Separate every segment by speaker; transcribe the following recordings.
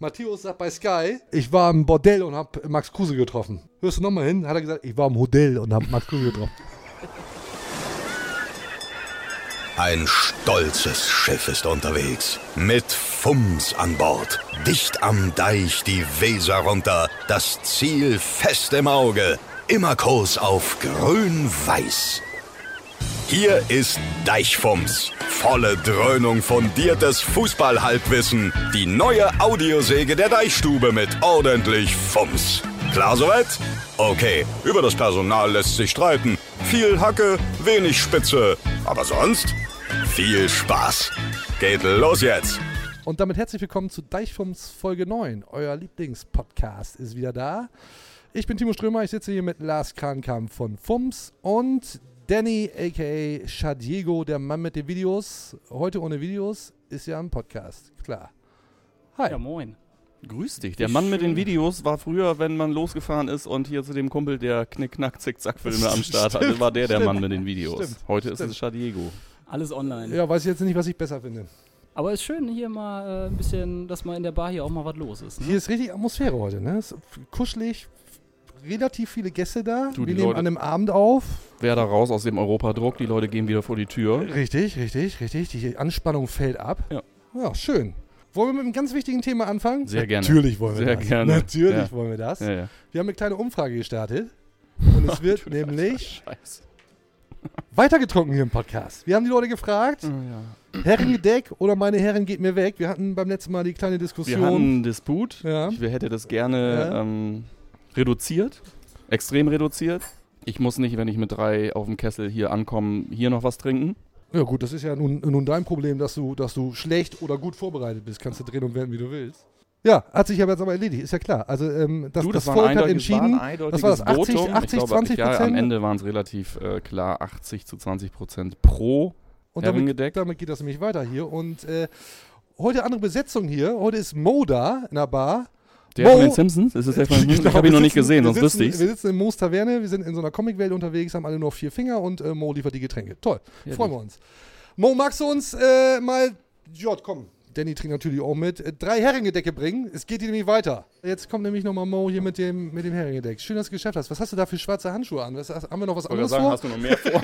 Speaker 1: Matthäus sagt bei Sky, ich war im Bordell und hab Max Kruse getroffen. Hörst du nochmal hin? Hat er gesagt, ich war im Hotel und hab Max Kruse getroffen.
Speaker 2: Ein stolzes Schiff ist unterwegs. Mit Fums an Bord. Dicht am Deich die Weser runter. Das Ziel fest im Auge. Immer Kurs auf Grün-Weiß. Hier ist Deichfumms. Volle Dröhnung fundiertes Fußballhalbwissen. Die neue Audiosäge der Deichstube mit ordentlich Fumms. Klar soweit? Okay, über das Personal lässt sich streiten. Viel Hacke, wenig Spitze. Aber sonst viel Spaß. Geht los jetzt.
Speaker 1: Und damit herzlich willkommen zu Deichfumms Folge 9. Euer Lieblingspodcast ist wieder da. Ich bin Timo Strömer, ich sitze hier mit Lars Kahnkamp von Fums und Danny aka Shadiego, der Mann mit den Videos. Heute ohne Videos ist ja ein Podcast, klar. Hi.
Speaker 3: Ja, moin.
Speaker 4: Grüß dich. Der Mann mit den Videos war früher, wenn man losgefahren ist und hier zu dem Kumpel, der Knick-Knack-Zick-Zack-Filme am Start hatte, war der der Mann mit den Videos.
Speaker 1: Stimmt,
Speaker 4: Heute ist
Speaker 1: stimmt.
Speaker 4: es Shadiego.
Speaker 3: Alles online.
Speaker 1: Ja, weiß ich jetzt nicht, was ich besser finde.
Speaker 3: Aber ist schön hier mal äh, ein bisschen, dass mal in der Bar hier auch mal was los ist. Ne?
Speaker 1: Hier ist richtig Atmosphäre heute, ne? Ist kuschelig, relativ viele Gäste da.
Speaker 4: Du,
Speaker 1: Wir
Speaker 4: die
Speaker 1: nehmen
Speaker 4: Leute-
Speaker 1: an einem Abend auf.
Speaker 4: Wer da raus aus dem Europa-Druck, die Leute gehen wieder vor die Tür.
Speaker 1: Richtig, richtig, richtig. Die Anspannung fällt ab.
Speaker 4: Ja.
Speaker 1: Ja, schön. Wollen wir mit einem ganz wichtigen Thema anfangen?
Speaker 4: Sehr gerne.
Speaker 1: Natürlich wollen wir
Speaker 4: Sehr
Speaker 1: das.
Speaker 4: gerne.
Speaker 1: Natürlich
Speaker 4: Ja.
Speaker 1: wollen wir das.
Speaker 4: Ja, ja.
Speaker 1: Wir haben eine kleine Umfrage gestartet. Und es wird nämlich
Speaker 4: Scheiße.
Speaker 1: weitergetrunken hier im Podcast. Wir haben die Leute gefragt,
Speaker 4: Mhm.
Speaker 1: Herrengedeck oder meine Herren geht mir weg. Wir hatten beim letzten Mal die kleine
Speaker 4: Wir
Speaker 1: Diskussion.
Speaker 4: hatten einen Disput.
Speaker 1: Ja.
Speaker 4: Ich hätte das gerne
Speaker 1: Ja.
Speaker 4: ähm, reduziert, extrem reduziert. Ich muss nicht, wenn ich mit drei auf dem Kessel hier ankomme, hier noch was trinken.
Speaker 1: ja gut, das ist ja nun, nun dein Problem, dass du, dass du schlecht oder gut vorbereitet bist. Kannst du drehen und wenden, wie du willst. Ja, hat sich aber jetzt aber erledigt, ist ja klar. Also ähm, das,
Speaker 4: Du,
Speaker 1: das,
Speaker 4: war ein
Speaker 1: Volk hat
Speaker 4: eindeutiges- war ein
Speaker 1: entschieden.
Speaker 4: eindeutiges
Speaker 1: war das, 80,
Speaker 4: Votum.
Speaker 1: 80,
Speaker 4: ich glaube,
Speaker 1: 20
Speaker 4: ja, Am
Speaker 1: Prozent?
Speaker 4: Ende waren es relativ äh, klar 80 zu 20 Prozent pro
Speaker 1: Und damit,
Speaker 4: Herrengedeck.
Speaker 1: damit geht das nämlich weiter hier. Und äh, heute andere Besetzung hier. Heute ist Mo da in der Bar.
Speaker 4: Der
Speaker 1: Mo-
Speaker 4: von den Simpsons? Ist das der von den Simpsons?
Speaker 1: Genau,
Speaker 4: Ich habe ihn
Speaker 1: wir
Speaker 4: noch nicht
Speaker 1: sitzen-
Speaker 4: gesehen,
Speaker 1: wir
Speaker 4: sonst wüsste
Speaker 1: sitzen-
Speaker 4: ich's.
Speaker 1: Wir sitzen in Moos Taverne, wir sind in so einer Comicwelt unterwegs, haben alle nur vier Finger und äh, Mo liefert die Getränke. Toll,
Speaker 4: Herrlich.
Speaker 1: freuen wir uns. Mo, magst du uns äh, mal, ja, komm, Danny trinkt natürlich auch mit, äh, drei Herringedecke bringen? Es geht dir nämlich weiter. Jetzt kommt nämlich nochmal Mo hier mit dem, mit dem Herringedeck. Schön, dass du es geschafft hast. Was hast du da für schwarze Handschuhe an? Was, hast- haben wir noch was anderes vor?
Speaker 4: du noch mehr vor?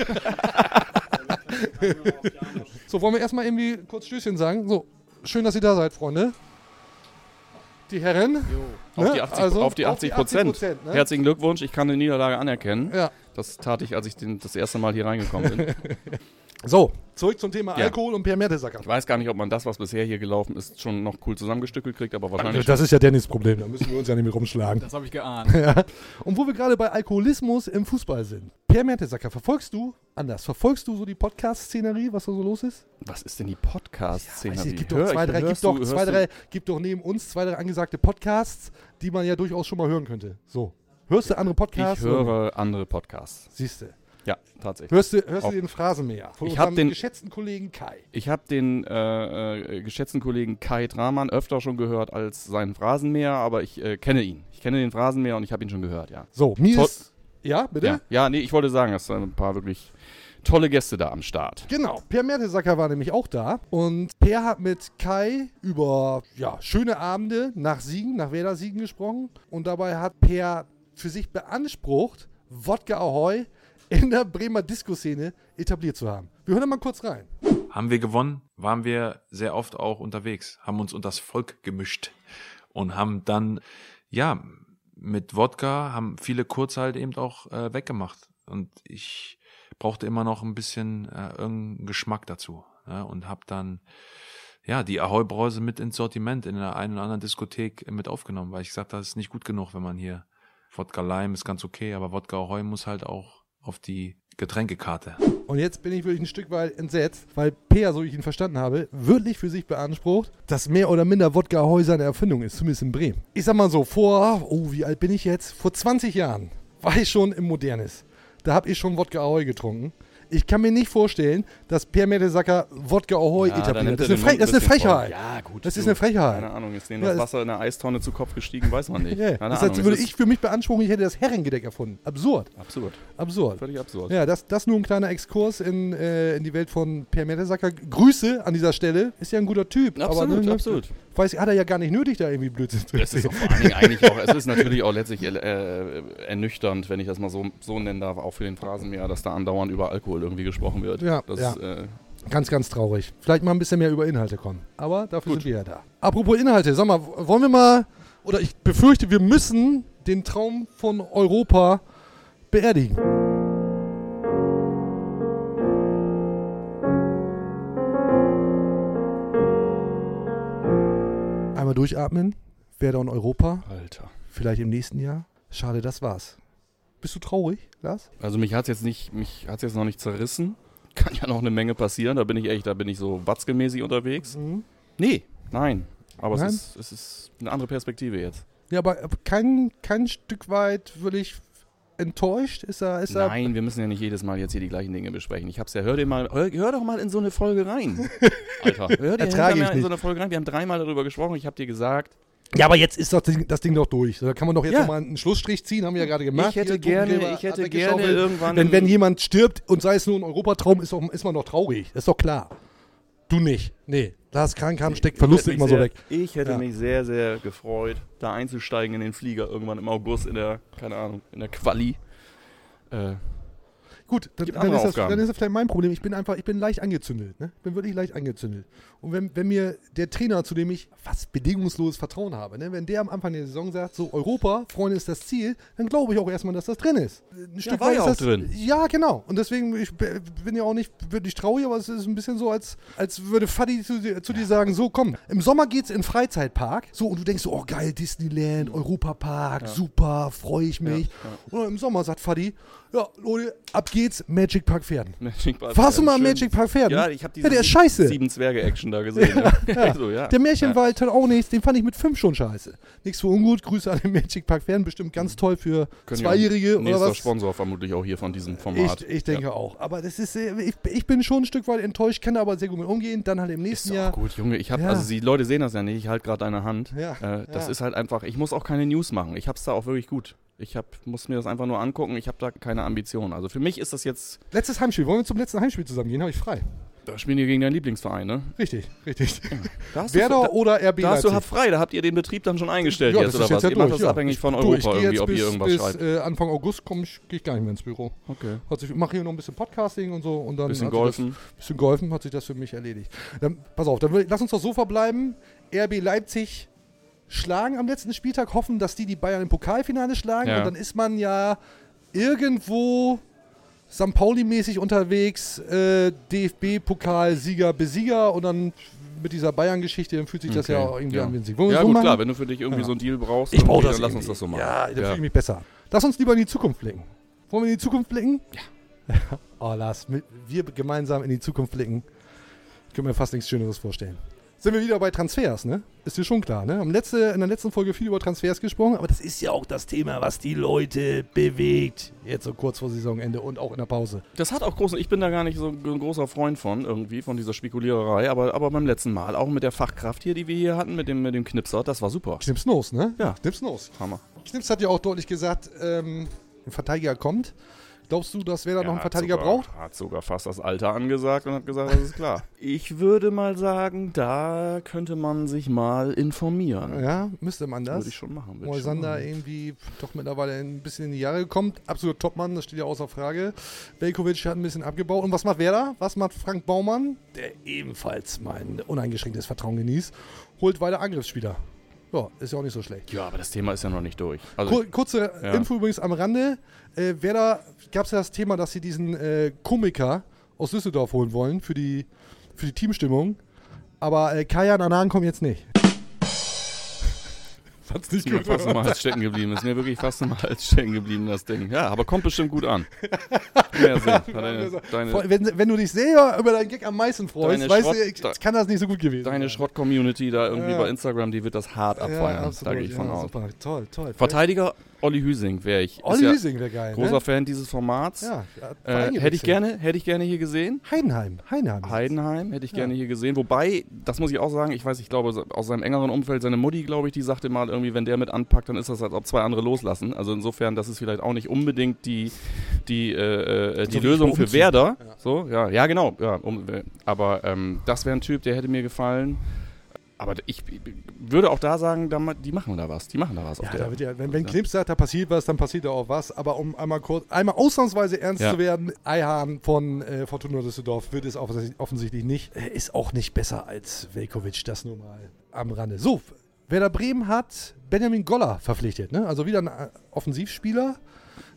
Speaker 1: So, wollen wir erstmal irgendwie kurz Stößchen sagen? So, schön, dass ihr da seid, Freunde. Die Herren.
Speaker 4: Auf
Speaker 1: Ne?
Speaker 4: die 80,
Speaker 1: Also,
Speaker 4: auf die 80 Prozent.
Speaker 1: ne?
Speaker 4: Herzlichen Glückwunsch, ich kann die Niederlage anerkennen.
Speaker 1: Ja.
Speaker 4: Das tat ich, als ich den, das erste Mal hier reingekommen bin.
Speaker 1: So, zurück zum Thema
Speaker 4: Ja.
Speaker 1: Alkohol und Pierre Mertesacker.
Speaker 4: Ich weiß gar nicht, ob man das, was bisher hier gelaufen ist, schon noch cool zusammengestückelt kriegt, aber
Speaker 1: Also,
Speaker 4: wahrscheinlich.
Speaker 1: das ist ja Dennis Problem, da müssen wir uns ja nicht mit rumschlagen.
Speaker 3: Das habe ich geahnt.
Speaker 1: Und wo wir gerade bei Alkoholismus im Fußball sind. Per Mertesacker, verfolgst du, anders, verfolgst du so die Podcast-Szenerie, was da so los ist?
Speaker 4: was ist denn die Podcast-Szene?
Speaker 1: Weiß
Speaker 4: Wie?
Speaker 1: nicht, gibt
Speaker 4: Hör-
Speaker 1: doch, zwei,
Speaker 4: ich-
Speaker 1: drei,
Speaker 4: hörst
Speaker 1: gibt,
Speaker 4: du-
Speaker 1: doch
Speaker 4: hörst
Speaker 1: zwei,
Speaker 4: du-
Speaker 1: drei, gibt doch neben uns zwei, drei angesagte Podcasts, die man ja durchaus schon mal hören könnte. So. Hörst du andere Podcasts?
Speaker 4: Ich höre andere Podcasts.
Speaker 1: Siehst du.
Speaker 4: Ja, tatsächlich.
Speaker 1: Hörst du, hörst du
Speaker 4: Auf-
Speaker 1: den Phrasenmäher von
Speaker 4: Ich hab
Speaker 1: unserem
Speaker 4: den-
Speaker 1: geschätzten Kollegen Kai?
Speaker 4: Ich habe den äh, äh, geschätzten Kollegen Kai Dramann öfter schon gehört als seinen Phrasenmäher, aber ich äh, kenne ihn. Ich kenne den Phrasenmäher und ich habe ihn schon gehört, ja.
Speaker 1: So, mir
Speaker 4: Toll-
Speaker 1: ist... Ja, bitte?
Speaker 4: Ja, ja nee, ich wollte sagen, es sind ein paar wirklich tolle Gäste da am Start.
Speaker 1: Genau, Per Mertesacker war nämlich auch da und Per hat mit Kai über ja, schöne Abende nach Siegen, nach Werder Siegen gesprochen und dabei hat Per für sich beansprucht, Wodka Ahoy in der Bremer Disco-Szene etabliert zu haben. Wir hören da mal kurz rein.
Speaker 5: haben wir gewonnen, waren wir sehr oft auch unterwegs, haben uns unters Volk gemischt und haben dann, ja, mit Wodka haben viele Kurz halt eben auch äh, weggemacht. Und ich brauchte immer noch ein bisschen äh, irgendeinen Geschmack dazu. Ne? Und habe dann, ja, die Ahoi-Brause mit ins Sortiment in der einen oder anderen Diskothek mit aufgenommen, weil ich gesagt habe, das ist nicht gut genug, wenn man hier Wodka Lime ist ganz okay, aber Wodka Ahoi muss halt auch auf die Getränkekarte.
Speaker 1: Und jetzt bin ich wirklich ein Stück weit entsetzt, weil Per, so wie ich ihn verstanden habe, wirklich für sich beansprucht, dass mehr oder minder Wodka Ahoy seine Erfindung ist, zumindest in Bremen. Ich sag mal so, vor, oh, wie alt bin ich jetzt? Vor 20 Jahren war ich schon im Modernes. Da habe ich schon Wodka Ahoy getrunken. Ich kann mir nicht vorstellen, dass Per Mertesacker Wodka Ahoy
Speaker 4: Ja, da
Speaker 1: etabliert.
Speaker 4: nimmt
Speaker 1: Das
Speaker 4: er
Speaker 1: ist,
Speaker 4: den
Speaker 1: eine Fre-
Speaker 4: Mund
Speaker 1: das ist eine
Speaker 4: ein bisschen
Speaker 1: Frechheit.
Speaker 4: voll. Ja, gut.
Speaker 1: Das ist
Speaker 4: du,
Speaker 1: eine Frechheit.
Speaker 4: Keine Ahnung, ist denen
Speaker 1: Ja,
Speaker 4: das
Speaker 1: es-
Speaker 4: Wasser in der Eistonne zu Kopf gestiegen, weiß man nicht.
Speaker 1: Yeah.
Speaker 4: Keine
Speaker 1: Das ist,
Speaker 4: Ahnung.
Speaker 1: als würde
Speaker 4: es ist
Speaker 1: ich für mich beanspruchen, ich hätte das Herrengedeck erfunden. Absurd.
Speaker 4: absurd.
Speaker 1: Absurd.
Speaker 4: Völlig absurd.
Speaker 1: Ja, das, das nur ein kleiner Exkurs in, äh, in die Welt von Per Mertesacker. Grüße an dieser Stelle. Ist ja ein guter Typ.
Speaker 4: Absolut,
Speaker 1: aber, ne, ne,
Speaker 4: absolut.
Speaker 1: Weiß ich, hat er ja gar nicht nötig, da irgendwie Blödsinn zu
Speaker 4: Es ist auch vor allen Dingen eigentlich auch, es ist natürlich auch letztlich äh, ernüchternd, wenn ich das mal so, so nennen darf, auch für den Phrasenmäher, dass da andauernd über Alkohol irgendwie gesprochen wird.
Speaker 1: Ja,
Speaker 4: das,
Speaker 1: ja.
Speaker 4: Äh,
Speaker 1: Ganz, ganz traurig. Vielleicht mal ein bisschen mehr über Inhalte kommen. Aber dafür sind wir ja da. Apropos Inhalte, sag mal, wollen wir mal, oder ich befürchte, wir müssen den Traum von Europa beerdigen. Einmal durchatmen. Werder und Europa.
Speaker 4: Alter.
Speaker 1: Vielleicht im nächsten Jahr. Schade, das war's. Bist du traurig, Lars?
Speaker 4: Also mich hat's jetzt nicht, mich hat's jetzt noch nicht zerrissen. Kann ja noch eine Menge passieren, da bin ich echt, da bin ich so watzgemäßig unterwegs. Nee, nein. Aber
Speaker 1: Nein?
Speaker 4: Es, ist, es ist eine andere Perspektive jetzt.
Speaker 1: Ja, aber kein, kein Stück weit wirklich enttäuscht ist er. Ist er
Speaker 4: Nein, wir müssen ja nicht jedes Mal jetzt hier die gleichen Dinge besprechen. Ich hab's ja, hör dir mal, hör, hör doch mal in so eine Folge rein. Alter, hör dir
Speaker 1: Ertrage
Speaker 4: hinterher
Speaker 1: ich
Speaker 4: mal in
Speaker 1: nicht.
Speaker 4: so eine Folge rein. Wir haben dreimal darüber gesprochen, ich hab dir gesagt,
Speaker 1: Ja, aber jetzt ist das Ding, das Ding doch durch. Da kann man doch jetzt
Speaker 4: Ja.
Speaker 1: noch mal einen Schlussstrich ziehen, haben wir ja gerade gemacht.
Speaker 4: Ich hätte
Speaker 1: Hier,
Speaker 4: gerne-
Speaker 1: Totengräber
Speaker 4: ich hätte
Speaker 1: hat
Speaker 4: gerne
Speaker 1: weggeschaufelt.
Speaker 4: irgendwann-
Speaker 1: Wenn, wenn jemand stirbt und sei es nur ein Europatraum, ist, doch, ist man doch traurig. Das ist doch klar. Du nicht. Nee, Lars Krankham steckt Verluste
Speaker 4: Ich
Speaker 1: immer
Speaker 4: hätte
Speaker 1: so
Speaker 4: mich
Speaker 1: weg.
Speaker 4: sehr- Ich hätte
Speaker 1: Ja.
Speaker 4: mich sehr, sehr gefreut, da einzusteigen in den Flieger irgendwann im August in der, keine Ahnung, in der Quali. Äh,
Speaker 1: Gut, dann,
Speaker 4: Gibt
Speaker 1: dann,
Speaker 4: andere
Speaker 1: ist das,
Speaker 4: Aufgaben.
Speaker 1: dann ist das vielleicht mein Problem. Ich bin einfach, ich bin leicht angezündet. Ne? Ich bin wirklich leicht angezündet. Und wenn, wenn mir der Trainer, zu dem ich fast bedingungsloses Vertrauen habe, ne? wenn der am Anfang der Saison sagt, so Europa, Freunde, ist das Ziel, dann glaube ich auch erstmal, dass das drin ist. Ein Stück
Speaker 4: war
Speaker 1: weit
Speaker 4: ja
Speaker 1: ist
Speaker 4: auch
Speaker 1: das,
Speaker 4: drin.
Speaker 1: Ja, genau. Und deswegen, ich b- bin ja auch nicht wirklich traurig, aber es ist ein bisschen so, als, als würde Fadi zu, dir- zu dir sagen, so komm, im Sommer geht's in den Freizeitpark. So, und du denkst so, oh geil, Disneyland,
Speaker 4: Mhm.
Speaker 1: Europapark, super, freue ich mich. Und im Sommer sagt Fadi, ja, Leute, ab geht's, Magic Park Pferden.
Speaker 4: Magic Park
Speaker 1: Warst du mal am
Speaker 4: Schön.
Speaker 1: Magic Park Pferden?
Speaker 4: Äh, Ja, ich habe diese
Speaker 1: ja, der ist
Speaker 4: sieben-
Speaker 1: scheiße.
Speaker 4: sieben Zwerge-Action da gesehen. ja. so, ja.
Speaker 1: Der Märchenwald hat auch nichts, den fand ich mit fünf schon scheiße. Nichts für ungut, Grüße an den Magic Park Pferden, bestimmt ganz toll für
Speaker 4: Können ja
Speaker 1: Zweijährige oder
Speaker 4: Nächster
Speaker 1: was.
Speaker 4: Sponsor vermutlich auch hier von diesem Format.
Speaker 1: Ich, ich denke auch. Aber das ist, sehr- ich, ich bin schon ein Stück weit enttäuscht, kann da aber sehr gut mit umgehen. Dann halt im
Speaker 4: Ist
Speaker 1: nächsten
Speaker 4: doch
Speaker 1: Jahr.
Speaker 4: gut, Junge. Ich hab,
Speaker 1: Ja.
Speaker 4: also die Leute sehen das ja nicht. Ich halte gerade deine Hand.
Speaker 1: Ja,
Speaker 4: Äh, das
Speaker 1: ja.
Speaker 4: ist halt einfach. Ich muss auch keine News machen. Ich hab's da auch wirklich gut. Ich hab, muss mir das einfach nur angucken. Ich habe da keine Ambitionen. Also für mich ist das jetzt.
Speaker 1: Letztes Heimspiel. Wollen wir zum letzten Heimspiel zusammen gehen? Habe ich frei.
Speaker 4: Da spielen wir gegen deinen Lieblingsverein, ne?
Speaker 1: Richtig, richtig.
Speaker 4: Da hast du-
Speaker 1: Werder
Speaker 4: da-
Speaker 1: oder RB
Speaker 4: Da hast du
Speaker 1: Leipzig?
Speaker 4: hab frei, da habt ihr den Betrieb dann schon eingestellt
Speaker 1: Ja,
Speaker 4: jetzt oder was? ihr macht das abhängig von
Speaker 1: Ich-
Speaker 4: Europa
Speaker 1: ich geh
Speaker 4: irgendwie,
Speaker 1: jetzt
Speaker 4: ob
Speaker 1: bis,
Speaker 4: ihr irgendwas
Speaker 1: bis,
Speaker 4: schreibt.
Speaker 1: Äh, Anfang August komme ich, gehe ich gar nicht mehr ins Büro.
Speaker 4: Okay.
Speaker 1: Hat sich, mache hier noch ein bisschen Podcasting und so und dann
Speaker 4: Bisschen
Speaker 1: hat sich
Speaker 4: golfen.
Speaker 1: Das, bisschen golfen hat sich das für mich erledigt. Dann, pass auf, dann will, lass uns doch so verbleiben. RB Leipzig schlagen am letzten Spieltag, hoffen, dass die die Bayern im Pokalfinale schlagen
Speaker 4: Ja.
Speaker 1: und dann ist man ja irgendwo St. Pauli-mäßig unterwegs, äh, DFB-Pokal-Sieger, Besieger und dann mit dieser Bayern-Geschichte, dann fühlt sich das ja auch irgendwie an wie ein Sieg. Wollen wir
Speaker 4: Ja,
Speaker 1: so
Speaker 4: gut,
Speaker 1: machen?
Speaker 4: klar, wenn du für dich irgendwie so einen Deal brauchst,
Speaker 1: Ich brauche
Speaker 4: irgendwie,
Speaker 1: das.
Speaker 4: dann lass uns
Speaker 1: irgendwie.
Speaker 4: das so machen.
Speaker 1: Ja, da fühle ich mich besser. Lass uns lieber in die Zukunft blicken. Wollen wir in die Zukunft blicken? Ja. oh, Lars, mit- wir gemeinsam in die Zukunft blicken. Ich könnte mir fast nichts Schöneres vorstellen. Sind wir wieder bei Transfers, ne? Ist dir schon klar, ne? Am letzte, in der letzten Folge viel über Transfers gesprochen, aber das ist ja auch das Thema, was die Leute bewegt. Jetzt so kurz vor Saisonende und auch in der Pause.
Speaker 4: Das hat auch großen, ich bin da gar nicht so ein großer Freund von, irgendwie, von dieser Spekuliererei, aber, aber beim letzten Mal, auch mit der Fachkraft hier, die wir hier hatten, mit dem, mit dem Knipser, das war super.
Speaker 1: Knips Nose, ne?
Speaker 4: Ja.
Speaker 1: Knips Nose.
Speaker 4: Hammer.
Speaker 1: Knips hat ja auch deutlich gesagt, ähm, ein Verteidiger kommt. Glaubst du, dass wer da noch einen
Speaker 4: hat
Speaker 1: Verteidiger
Speaker 4: sogar,
Speaker 1: braucht?
Speaker 4: Hat sogar fast das Alter angesagt und hat gesagt, das ist klar. ich würde mal sagen, da könnte man sich mal informieren.
Speaker 1: Ja, müsste man das?
Speaker 4: Würde ich schon machen. würde ich schon
Speaker 1: Moisander
Speaker 4: machen.
Speaker 1: irgendwie doch mittlerweile ein bisschen in die Jahre kommt. Absoluter Topmann, das steht ja außer Frage. Belkovic hat ein bisschen abgebaut. Und was macht Werder? Was macht Frank Baumann? Der ebenfalls mein uneingeschränktes Vertrauen genießt. Holt weiter Angriffsspieler. Ja, ist ja auch nicht so schlecht.
Speaker 4: Ja, aber das Thema ist ja noch nicht durch. Also,
Speaker 1: Kur kurze
Speaker 4: Ja.
Speaker 1: Info übrigens am Rande. Äh, Werder gab es ja das Thema, dass sie diesen äh, Komiker aus Düsseldorf holen wollen für die, für die Teamstimmung. Aber äh, Kajan Anan kommt jetzt nicht. Fand's nicht
Speaker 4: ist mir fast im Hals stecken geblieben. Ist mir wirklich fast im Hals stecken geblieben, das Ding. Ja, aber kommt bestimmt gut an. Mehr Sinn. Hat Deine,
Speaker 1: Vor-
Speaker 4: deine,
Speaker 1: Wenn, wenn du dich selber über deinen Gag am meisten freust,
Speaker 4: Deine
Speaker 1: weißt
Speaker 4: Schrott-
Speaker 1: du, kann das nicht so gut gewesen
Speaker 4: deine
Speaker 1: sein.
Speaker 4: Schrott-Community da irgendwie
Speaker 1: Ja.
Speaker 4: bei Instagram, die wird das hart abfeiern. da gehe ich von
Speaker 1: ja,
Speaker 4: aus.
Speaker 1: Super. Toll, toll.
Speaker 4: Verteidiger Olli Hüsing wäre ich. Ist
Speaker 1: Olli
Speaker 4: ja
Speaker 1: Wiesing wäre geil.
Speaker 4: Großer
Speaker 1: ne?
Speaker 4: Fan dieses Formats.
Speaker 1: ja, ja, Verein
Speaker 4: Äh, hätte
Speaker 1: gewechselt.
Speaker 4: ich gerne, hätte ich gerne hier gesehen.
Speaker 1: Heidenheim. Heidenheim.
Speaker 4: Heidenheim Also, hätte ich gerne hier gesehen. Wobei, das muss ich auch sagen, ich weiß, ich glaube, so- aus seinem engeren Umfeld, seine Mutti, glaube ich, die sagte mal irgendwie, wenn der mit anpackt, dann ist das, als ob zwei andere loslassen. Also insofern, das ist vielleicht auch nicht unbedingt die, die, äh, äh, die
Speaker 1: Also wie ich
Speaker 4: Lösung
Speaker 1: mal
Speaker 4: für
Speaker 1: umziehe.
Speaker 4: Werder. So, ja, ja, genau. Ja, um, aber ähm, das wäre ein Typ, der hätte mir gefallen. Aber ich würde auch da sagen, da ma- die machen da was. Die machen da was. auf
Speaker 1: Ja,
Speaker 4: der-
Speaker 1: da wird ja, wenn, wenn
Speaker 4: Ja.
Speaker 1: Knips sagt, da passiert was, dann passiert da auch was. Aber um einmal kurz, einmal ausnahmsweise ernst
Speaker 4: Ja.
Speaker 1: zu werden, Eihahn von äh, Fortuna Düsseldorf wird es offens- offensichtlich nicht. Äh, Ist auch nicht besser als Velkovic, das nur mal am Rande. So, Werder Bremen hat Benjamin Goller verpflichtet, ne? also wieder ein äh, Offensivspieler.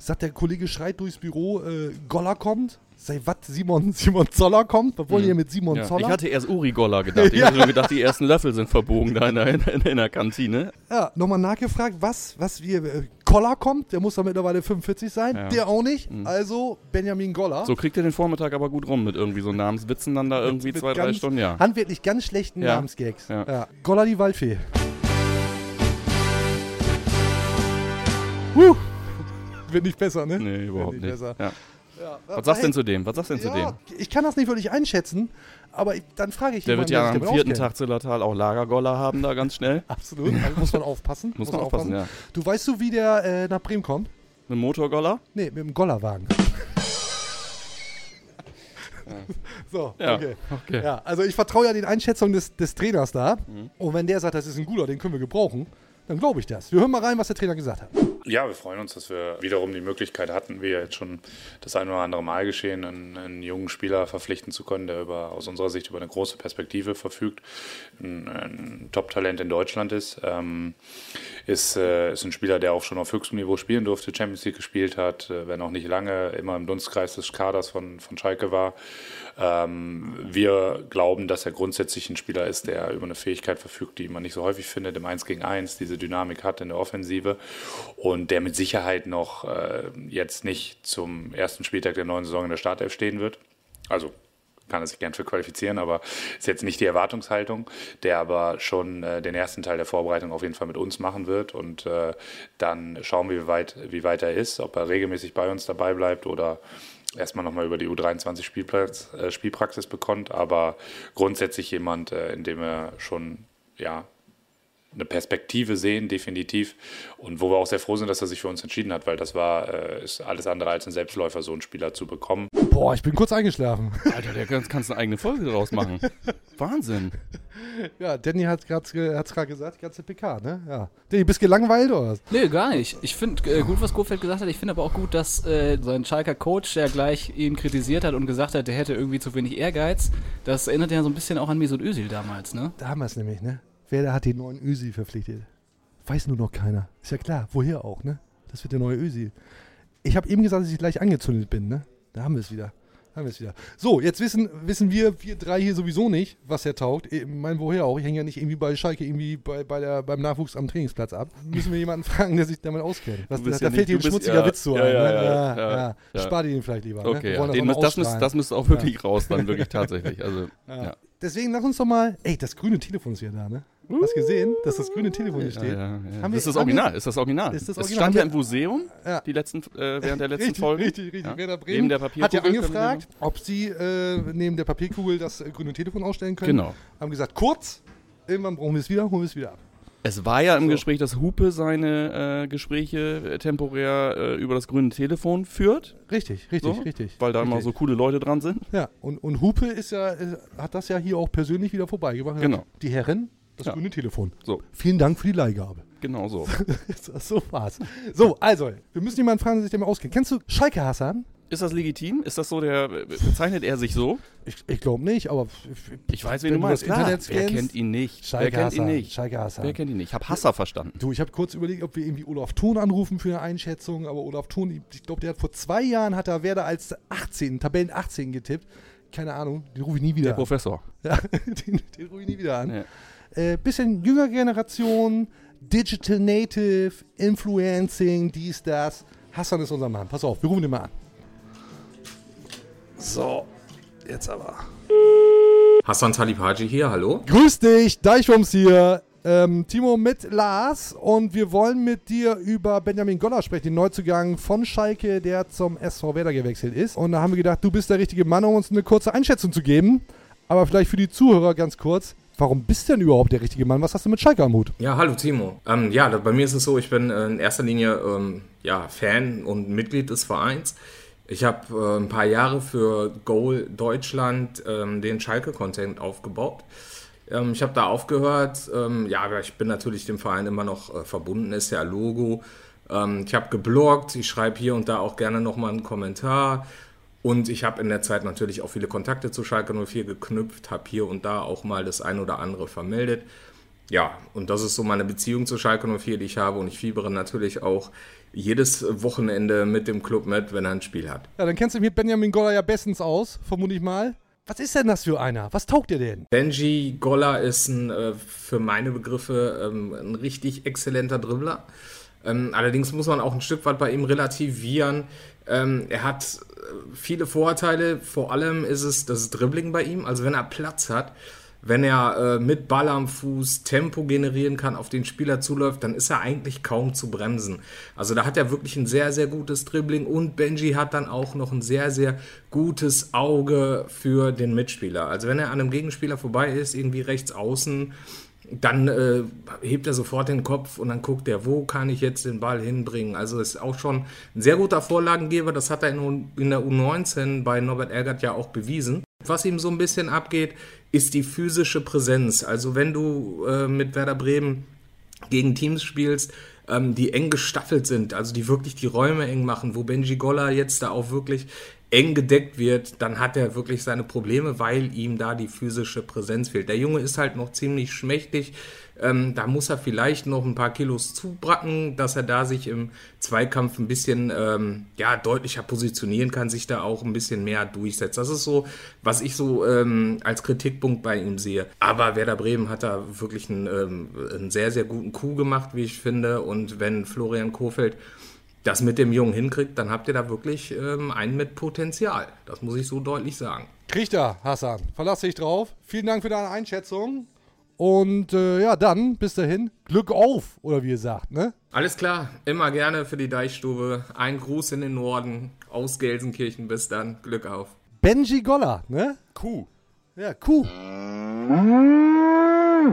Speaker 1: Sagt der Kollege schreit durchs Büro, äh, Goller kommt. Sei was, Simon, Simon Zoller kommt? Was wollen
Speaker 4: Mhm.
Speaker 1: ihr mit Simon
Speaker 4: Ja.
Speaker 1: Zoller?
Speaker 4: Ich hatte erst Uri Goller gedacht. Ich
Speaker 1: Ja.
Speaker 4: hatte nur gedacht, die ersten Löffel sind verbogen da in der, in, in der Kantine.
Speaker 1: Ja, nochmal nachgefragt, was, was wir. Äh, Koller kommt, der muss doch mittlerweile 45 sein,
Speaker 4: Ja. Mhm.
Speaker 1: der auch nicht. Also Benjamin Goller.
Speaker 4: So kriegt ihr den Vormittag aber gut rum mit irgendwie so Namenswitzen dann da irgendwie
Speaker 1: Mit
Speaker 4: zwei, drei
Speaker 1: ganz-
Speaker 4: Stunden. Ja.
Speaker 1: Handwerklich ganz schlechten
Speaker 4: Ja.
Speaker 1: Namensgags.
Speaker 4: Ja.
Speaker 1: Goller die Waldfee. Huh. Wird nicht besser, ne?
Speaker 4: Nee, überhaupt
Speaker 1: Wird
Speaker 4: nicht.
Speaker 1: besser.
Speaker 4: Ja. Was sagst du denn zu dem? Was sagst du denn zu dem?
Speaker 1: ja, Ich kann das nicht wirklich einschätzen, aber ich, dann frage ich
Speaker 4: Der wird
Speaker 1: jemanden,
Speaker 4: ja
Speaker 1: sich
Speaker 4: am
Speaker 1: damit
Speaker 4: vierten
Speaker 1: auskennt.
Speaker 4: Tag Zillertal auch Lagergoller haben da ganz schnell.
Speaker 1: Absolut, also muss man aufpassen.
Speaker 4: Muss man aufpassen,
Speaker 1: Du weißt du, wie der äh, nach Bremen kommt?
Speaker 4: ja. Ein Motorgoller?
Speaker 1: Nee, mit dem Gollerwagen. So,
Speaker 4: Ja,
Speaker 1: okay. Ja, also ich vertraue ja den Einschätzungen des, des Trainers da. Und wenn der sagt, das ist ein guter, den können wir gebrauchen, dann glaube ich das. Wir hören mal rein, was der Trainer gesagt hat.
Speaker 6: Ja, wir freuen uns, dass wir wiederum die Möglichkeit hatten, wie ja jetzt schon das ein oder andere Mal geschehen, einen, einen jungen Spieler verpflichten zu können, der über, aus unserer Sicht über eine große Perspektive verfügt, ein, ein Top-Talent in Deutschland ist. Ähm, ist, äh, ist ein Spieler, der auch schon auf höchstem Niveau spielen durfte, Champions League gespielt hat, äh, wenn auch nicht lange, immer im Dunstkreis des Kaders von, von Schalke war. Ähm, wir glauben, dass er grundsätzlich ein Spieler ist, der über eine Fähigkeit verfügt, die man nicht so häufig findet, im 1 gegen 1, diese Dynamik hat in der Offensive und der mit Sicherheit noch äh, jetzt nicht zum ersten Spieltag der neuen Saison in der Startelf stehen wird. Also kann er sich gern für qualifizieren, aber ist jetzt nicht die Erwartungshaltung, der aber schon äh, den ersten Teil der Vorbereitung auf jeden Fall mit uns machen wird und äh, dann schauen wir, wie weit, wie weit er ist, ob er regelmäßig bei uns dabei bleibt oder erstmal nochmal über die U23 Spielplatz, äh, Spielpraxis bekommt, aber grundsätzlich jemand, äh, in dem er schon ja, eine Perspektive sehen, definitiv. Und wo wir auch sehr froh sind, dass er sich für uns entschieden hat, weil das war, äh, ist alles andere als ein Selbstläufer, so einen Spieler zu bekommen.
Speaker 1: Boah, ich bin kurz eingeschlafen.
Speaker 4: Alter, der kannst, kannst eine eigene Folge draus machen. Wahnsinn.
Speaker 1: Ja, Danny hat es gerade gesagt, die ganze PK, ne? Ja. Danny, bist gelangweilt oder was?
Speaker 3: Nee, gar nicht. Ich finde äh, gut, was Kofeld gesagt hat. Ich finde aber auch gut, dass äh, sein Schalker Coach, der gleich ihn kritisiert hat und gesagt hat, der hätte irgendwie zu wenig Ehrgeiz, das erinnert ja so ein bisschen auch an Mesut Özil damals, ne?
Speaker 1: Da haben wir es nämlich, ne? Werder hat den neuen Ösi verpflichtet. Weiß nur noch keiner. Ist ja klar, woher auch, ne? Das wird der neue Ösi. Ich habe eben gesagt, dass ich gleich angezündet bin, ne? Da haben wir es wieder. Da haben wir es wieder. So, jetzt wissen, wissen wir, wir drei hier sowieso nicht, was er taugt. Ich meine, woher auch? Ich hänge ja nicht irgendwie bei Schalke, irgendwie bei, bei der, beim Nachwuchs am Trainingsplatz ab. Müssen wir jemanden fragen, der sich damit auskennt. Was,
Speaker 4: Du
Speaker 1: da
Speaker 4: bist
Speaker 1: da
Speaker 4: ja
Speaker 1: fällt
Speaker 4: nicht-
Speaker 1: dir
Speaker 4: du
Speaker 1: ein
Speaker 4: bist-
Speaker 1: schmutziger
Speaker 4: ja,
Speaker 1: Witz zu
Speaker 4: ja,
Speaker 1: ein.
Speaker 4: ja,
Speaker 1: ne?
Speaker 4: ja,
Speaker 1: ja,
Speaker 4: ja,
Speaker 1: ja.
Speaker 4: ja.
Speaker 1: Spar dir den vielleicht lieber. ne?
Speaker 4: Okay,
Speaker 1: Wir
Speaker 4: ja,
Speaker 1: wollen
Speaker 4: den
Speaker 1: mal
Speaker 4: müsst, das, müsst,
Speaker 1: ausstrahlen.
Speaker 4: das müsst auch wirklich raus, dann wirklich tatsächlich. Also, ja. Ja.
Speaker 1: Äh, Deswegen lass uns doch mal. Ey, das grüne Telefon ist ja da, ne? Hast gesehen, dass das grüne Telefon hier
Speaker 4: Ja,
Speaker 1: steht?
Speaker 4: ja, ja.
Speaker 1: Haben
Speaker 4: Das
Speaker 1: wir-
Speaker 4: ist das
Speaker 1: haben wir-
Speaker 4: Original. Ist das Original?
Speaker 1: Ist das
Speaker 4: Es
Speaker 1: Original?
Speaker 4: stand ja
Speaker 1: Haben
Speaker 4: im Museum
Speaker 1: Ja.
Speaker 4: die letzten, äh, während der letzten
Speaker 1: richtig,
Speaker 4: Folge.
Speaker 1: Richtig, richtig.
Speaker 4: Ja.
Speaker 1: Werder Bremen
Speaker 4: Neben der Papierkugel.
Speaker 1: hat ja
Speaker 4: können wir
Speaker 1: angefragt, ob sie äh, neben der Papierkugel das äh, grüne Telefon ausstellen können.
Speaker 4: Genau.
Speaker 1: Haben gesagt, kurz, irgendwann brauchen wir es wieder, holen wir es wieder ab.
Speaker 4: Es war ja im Gespräch, dass Hupe seine äh, Gespräche äh, temporär äh, über das grüne Telefon führt,
Speaker 1: Richtig, richtig,
Speaker 4: So?
Speaker 1: richtig.
Speaker 4: weil da
Speaker 1: richtig.
Speaker 4: immer so coole Leute dran sind.
Speaker 1: Ja, und, und Hupe ist ja, äh, hat das ja hier auch persönlich wieder vorbeigebracht.
Speaker 4: Genau.
Speaker 1: Die Herren, das
Speaker 4: Ja.
Speaker 1: grüne Telefon.
Speaker 4: So.
Speaker 1: Vielen Dank für die Leihgabe.
Speaker 4: Genau so.
Speaker 1: so war's. So, also, wir müssen jemanden fragen, der sich damit auskennt. Kennst du Schalke Hassan?
Speaker 4: Ist das legitim? Ist das so der. äh, Bezeichnet er sich so?
Speaker 1: Ich, ich glaube nicht, aber
Speaker 4: Ich weiß,
Speaker 1: Wenn
Speaker 4: wen du
Speaker 1: du
Speaker 4: meinst.
Speaker 1: das Internet
Speaker 4: Wer
Speaker 1: scannst-
Speaker 4: kennt ihn nicht? Wer
Speaker 1: Schalke
Speaker 4: kennt ihn
Speaker 1: Hassan,
Speaker 4: nicht?
Speaker 1: Schalke Hassan.
Speaker 4: Wer kennt ihn nicht? Ich habe Hasser verstanden.
Speaker 1: Du, ich habe kurz überlegt, ob wir irgendwie Olaf Thun anrufen für eine Einschätzung, aber Olaf Thun, ich glaube, der hat vor zwei Jahren hat er Werder als 18, Tabellen 18 getippt. Keine Ahnung, den rufe ich nie wieder
Speaker 4: Der Professor.
Speaker 1: an. Ja, den den rufe ich nie wieder an.
Speaker 4: Ja.
Speaker 1: Äh, bisschen jünger Generation, Digital Native, Influencing, dies, das. Hassan ist unser Mann. Pass auf, wir rufen den mal an. So, jetzt aber.
Speaker 7: Hassan Talib Haji hier, hallo.
Speaker 1: Grüß dich, Deichwumms hier. Ähm, Timo mit Lars und wir wollen mit dir über Benjamin Goller sprechen, den Neuzugang von Schalke, der zum SV Werder gewechselt ist. Und da haben wir gedacht, du bist der richtige Mann, um uns eine kurze Einschätzung zu geben. Aber vielleicht für die Zuhörer ganz kurz, warum bist du denn überhaupt der richtige Mann? Was hast du mit Schalke am Hut?
Speaker 7: Ja, hallo Timo. Ähm, ja, da- bei mir ist es so, ich bin äh, in erster Linie ähm, ja, Fan und Mitglied des Vereins. Ich habe äh, ein paar Jahre für Goal Deutschland ähm, den Schalke-Content aufgebaut. Ähm, ich habe da aufgehört. Ähm, ja, aber ich bin natürlich dem Verein immer noch äh, verbunden, ist ja Logo. Ähm, ich habe gebloggt, ich schreibe hier und da auch gerne nochmal einen Kommentar. Und ich habe in der Zeit natürlich auch viele Kontakte zu Schalke 04 geknüpft, habe hier und da auch mal das ein oder andere vermeldet. Ja, und das ist so meine Beziehung zu Schalke 04, die ich habe. Und ich fiebere natürlich auch jedes Wochenende mit dem Club mit, wenn er ein Spiel hat.
Speaker 1: Ja, dann kennst du mich mit Benjamin Goller ja bestens aus, vermute ich mal. Was ist denn das für einer? Was taugt dir denn?
Speaker 7: Benji Golla ist ein, äh, für meine Begriffe ähm, ein richtig exzellenter Dribbler. Ähm, allerdings muss man auch ein Stück weit bei ihm relativieren. Ähm, er hat äh, viele Vorteile. Vor allem ist es das Dribbling bei ihm. Also wenn er Platz hat, wenn er äh, mit Ball am Fuß Tempo generieren kann, auf den Spieler zuläuft, dann ist er eigentlich kaum zu bremsen. Also da hat er wirklich ein sehr, sehr gutes Dribbling und Benji hat dann auch noch ein sehr, sehr gutes Auge für den Mitspieler. Also wenn er an einem Gegenspieler vorbei ist, irgendwie rechts außen, dann äh, hebt er sofort den Kopf und dann guckt er, wo kann ich jetzt den Ball hinbringen. Also ist auch schon ein sehr guter Vorlagengeber. Das hat er in, U- in der U19 bei Norbert Elgert ja auch bewiesen. Was ihm so ein bisschen abgeht, ist die physische Präsenz. Also wenn du äh, mit Werder Bremen gegen Teams spielst, ähm, die eng gestaffelt sind, also die wirklich die Räume eng machen, wo Benji Golla jetzt da auch wirklich eng gedeckt wird, dann hat er wirklich seine Probleme, weil ihm da die physische Präsenz fehlt. Der Junge ist halt noch ziemlich schmächtig. Ähm, da muss er vielleicht noch ein paar Kilos zubracken, dass er da sich im Zweikampf ein bisschen ähm, ja, deutlicher positionieren kann, sich da auch ein bisschen mehr durchsetzt. Das ist so, was ich so ähm, als Kritikpunkt bei ihm sehe. Aber Werder Bremen hat da wirklich einen, ähm, einen sehr, sehr guten Coup gemacht, wie ich finde. Und wenn Florian Kofeld das mit dem Jungen hinkriegt, dann habt ihr da wirklich ähm, einen mit Potenzial. Das muss ich so deutlich sagen.
Speaker 1: Kriegt er, Hassan. Verlass dich drauf. Vielen Dank für deine Einschätzung. Und äh, ja, dann, bis dahin, Glück auf, oder wie ihr sagt, ne?
Speaker 7: Alles klar, immer gerne für die Deichstube. Ein Gruß in den Norden aus Gelsenkirchen. Bis dann, Glück auf.
Speaker 1: Benji Goller, ne?
Speaker 4: Kuh.
Speaker 1: Ja, Kuh.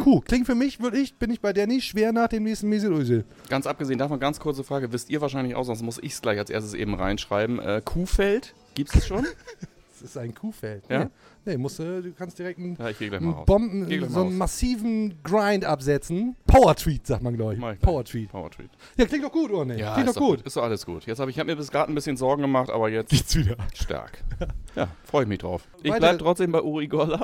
Speaker 1: Kuh. Klingt für mich, würde ich, bin ich bei Danny schwer nach dem nächsten Meselösel.
Speaker 4: Ganz abgesehen davon, ganz kurze Frage. Wisst ihr wahrscheinlich auch, sonst muss ich es gleich als erstes eben reinschreiben. Äh, Kuhfeld, gibt es schon?
Speaker 1: Das ist ein Kuhfeld,
Speaker 4: Ja?
Speaker 1: ne? Nee, musst, du du kannst direkt einen,
Speaker 4: Ja, ich gehe gleich mal
Speaker 1: einen
Speaker 4: raus.
Speaker 1: Bomben,
Speaker 4: Geh gleich mal
Speaker 1: so einen
Speaker 4: raus.
Speaker 1: massiven Grind absetzen. Power-Tweet, sagt man, glaube
Speaker 4: Mach
Speaker 1: ich.
Speaker 4: ich gleich.
Speaker 1: Power-Tweet.
Speaker 4: Power-Tweet.
Speaker 1: Ja, klingt doch gut, oder nicht? klingt
Speaker 4: ist
Speaker 1: doch gut.
Speaker 4: Ist doch alles gut. Jetzt habe ich, ich hab mir bis gerade ein bisschen Sorgen gemacht, aber jetzt
Speaker 1: Nichts wieder.
Speaker 4: stark. Ja, freue ich mich drauf. Ich
Speaker 1: Weiter-
Speaker 4: bleibe trotzdem bei Uri Goller.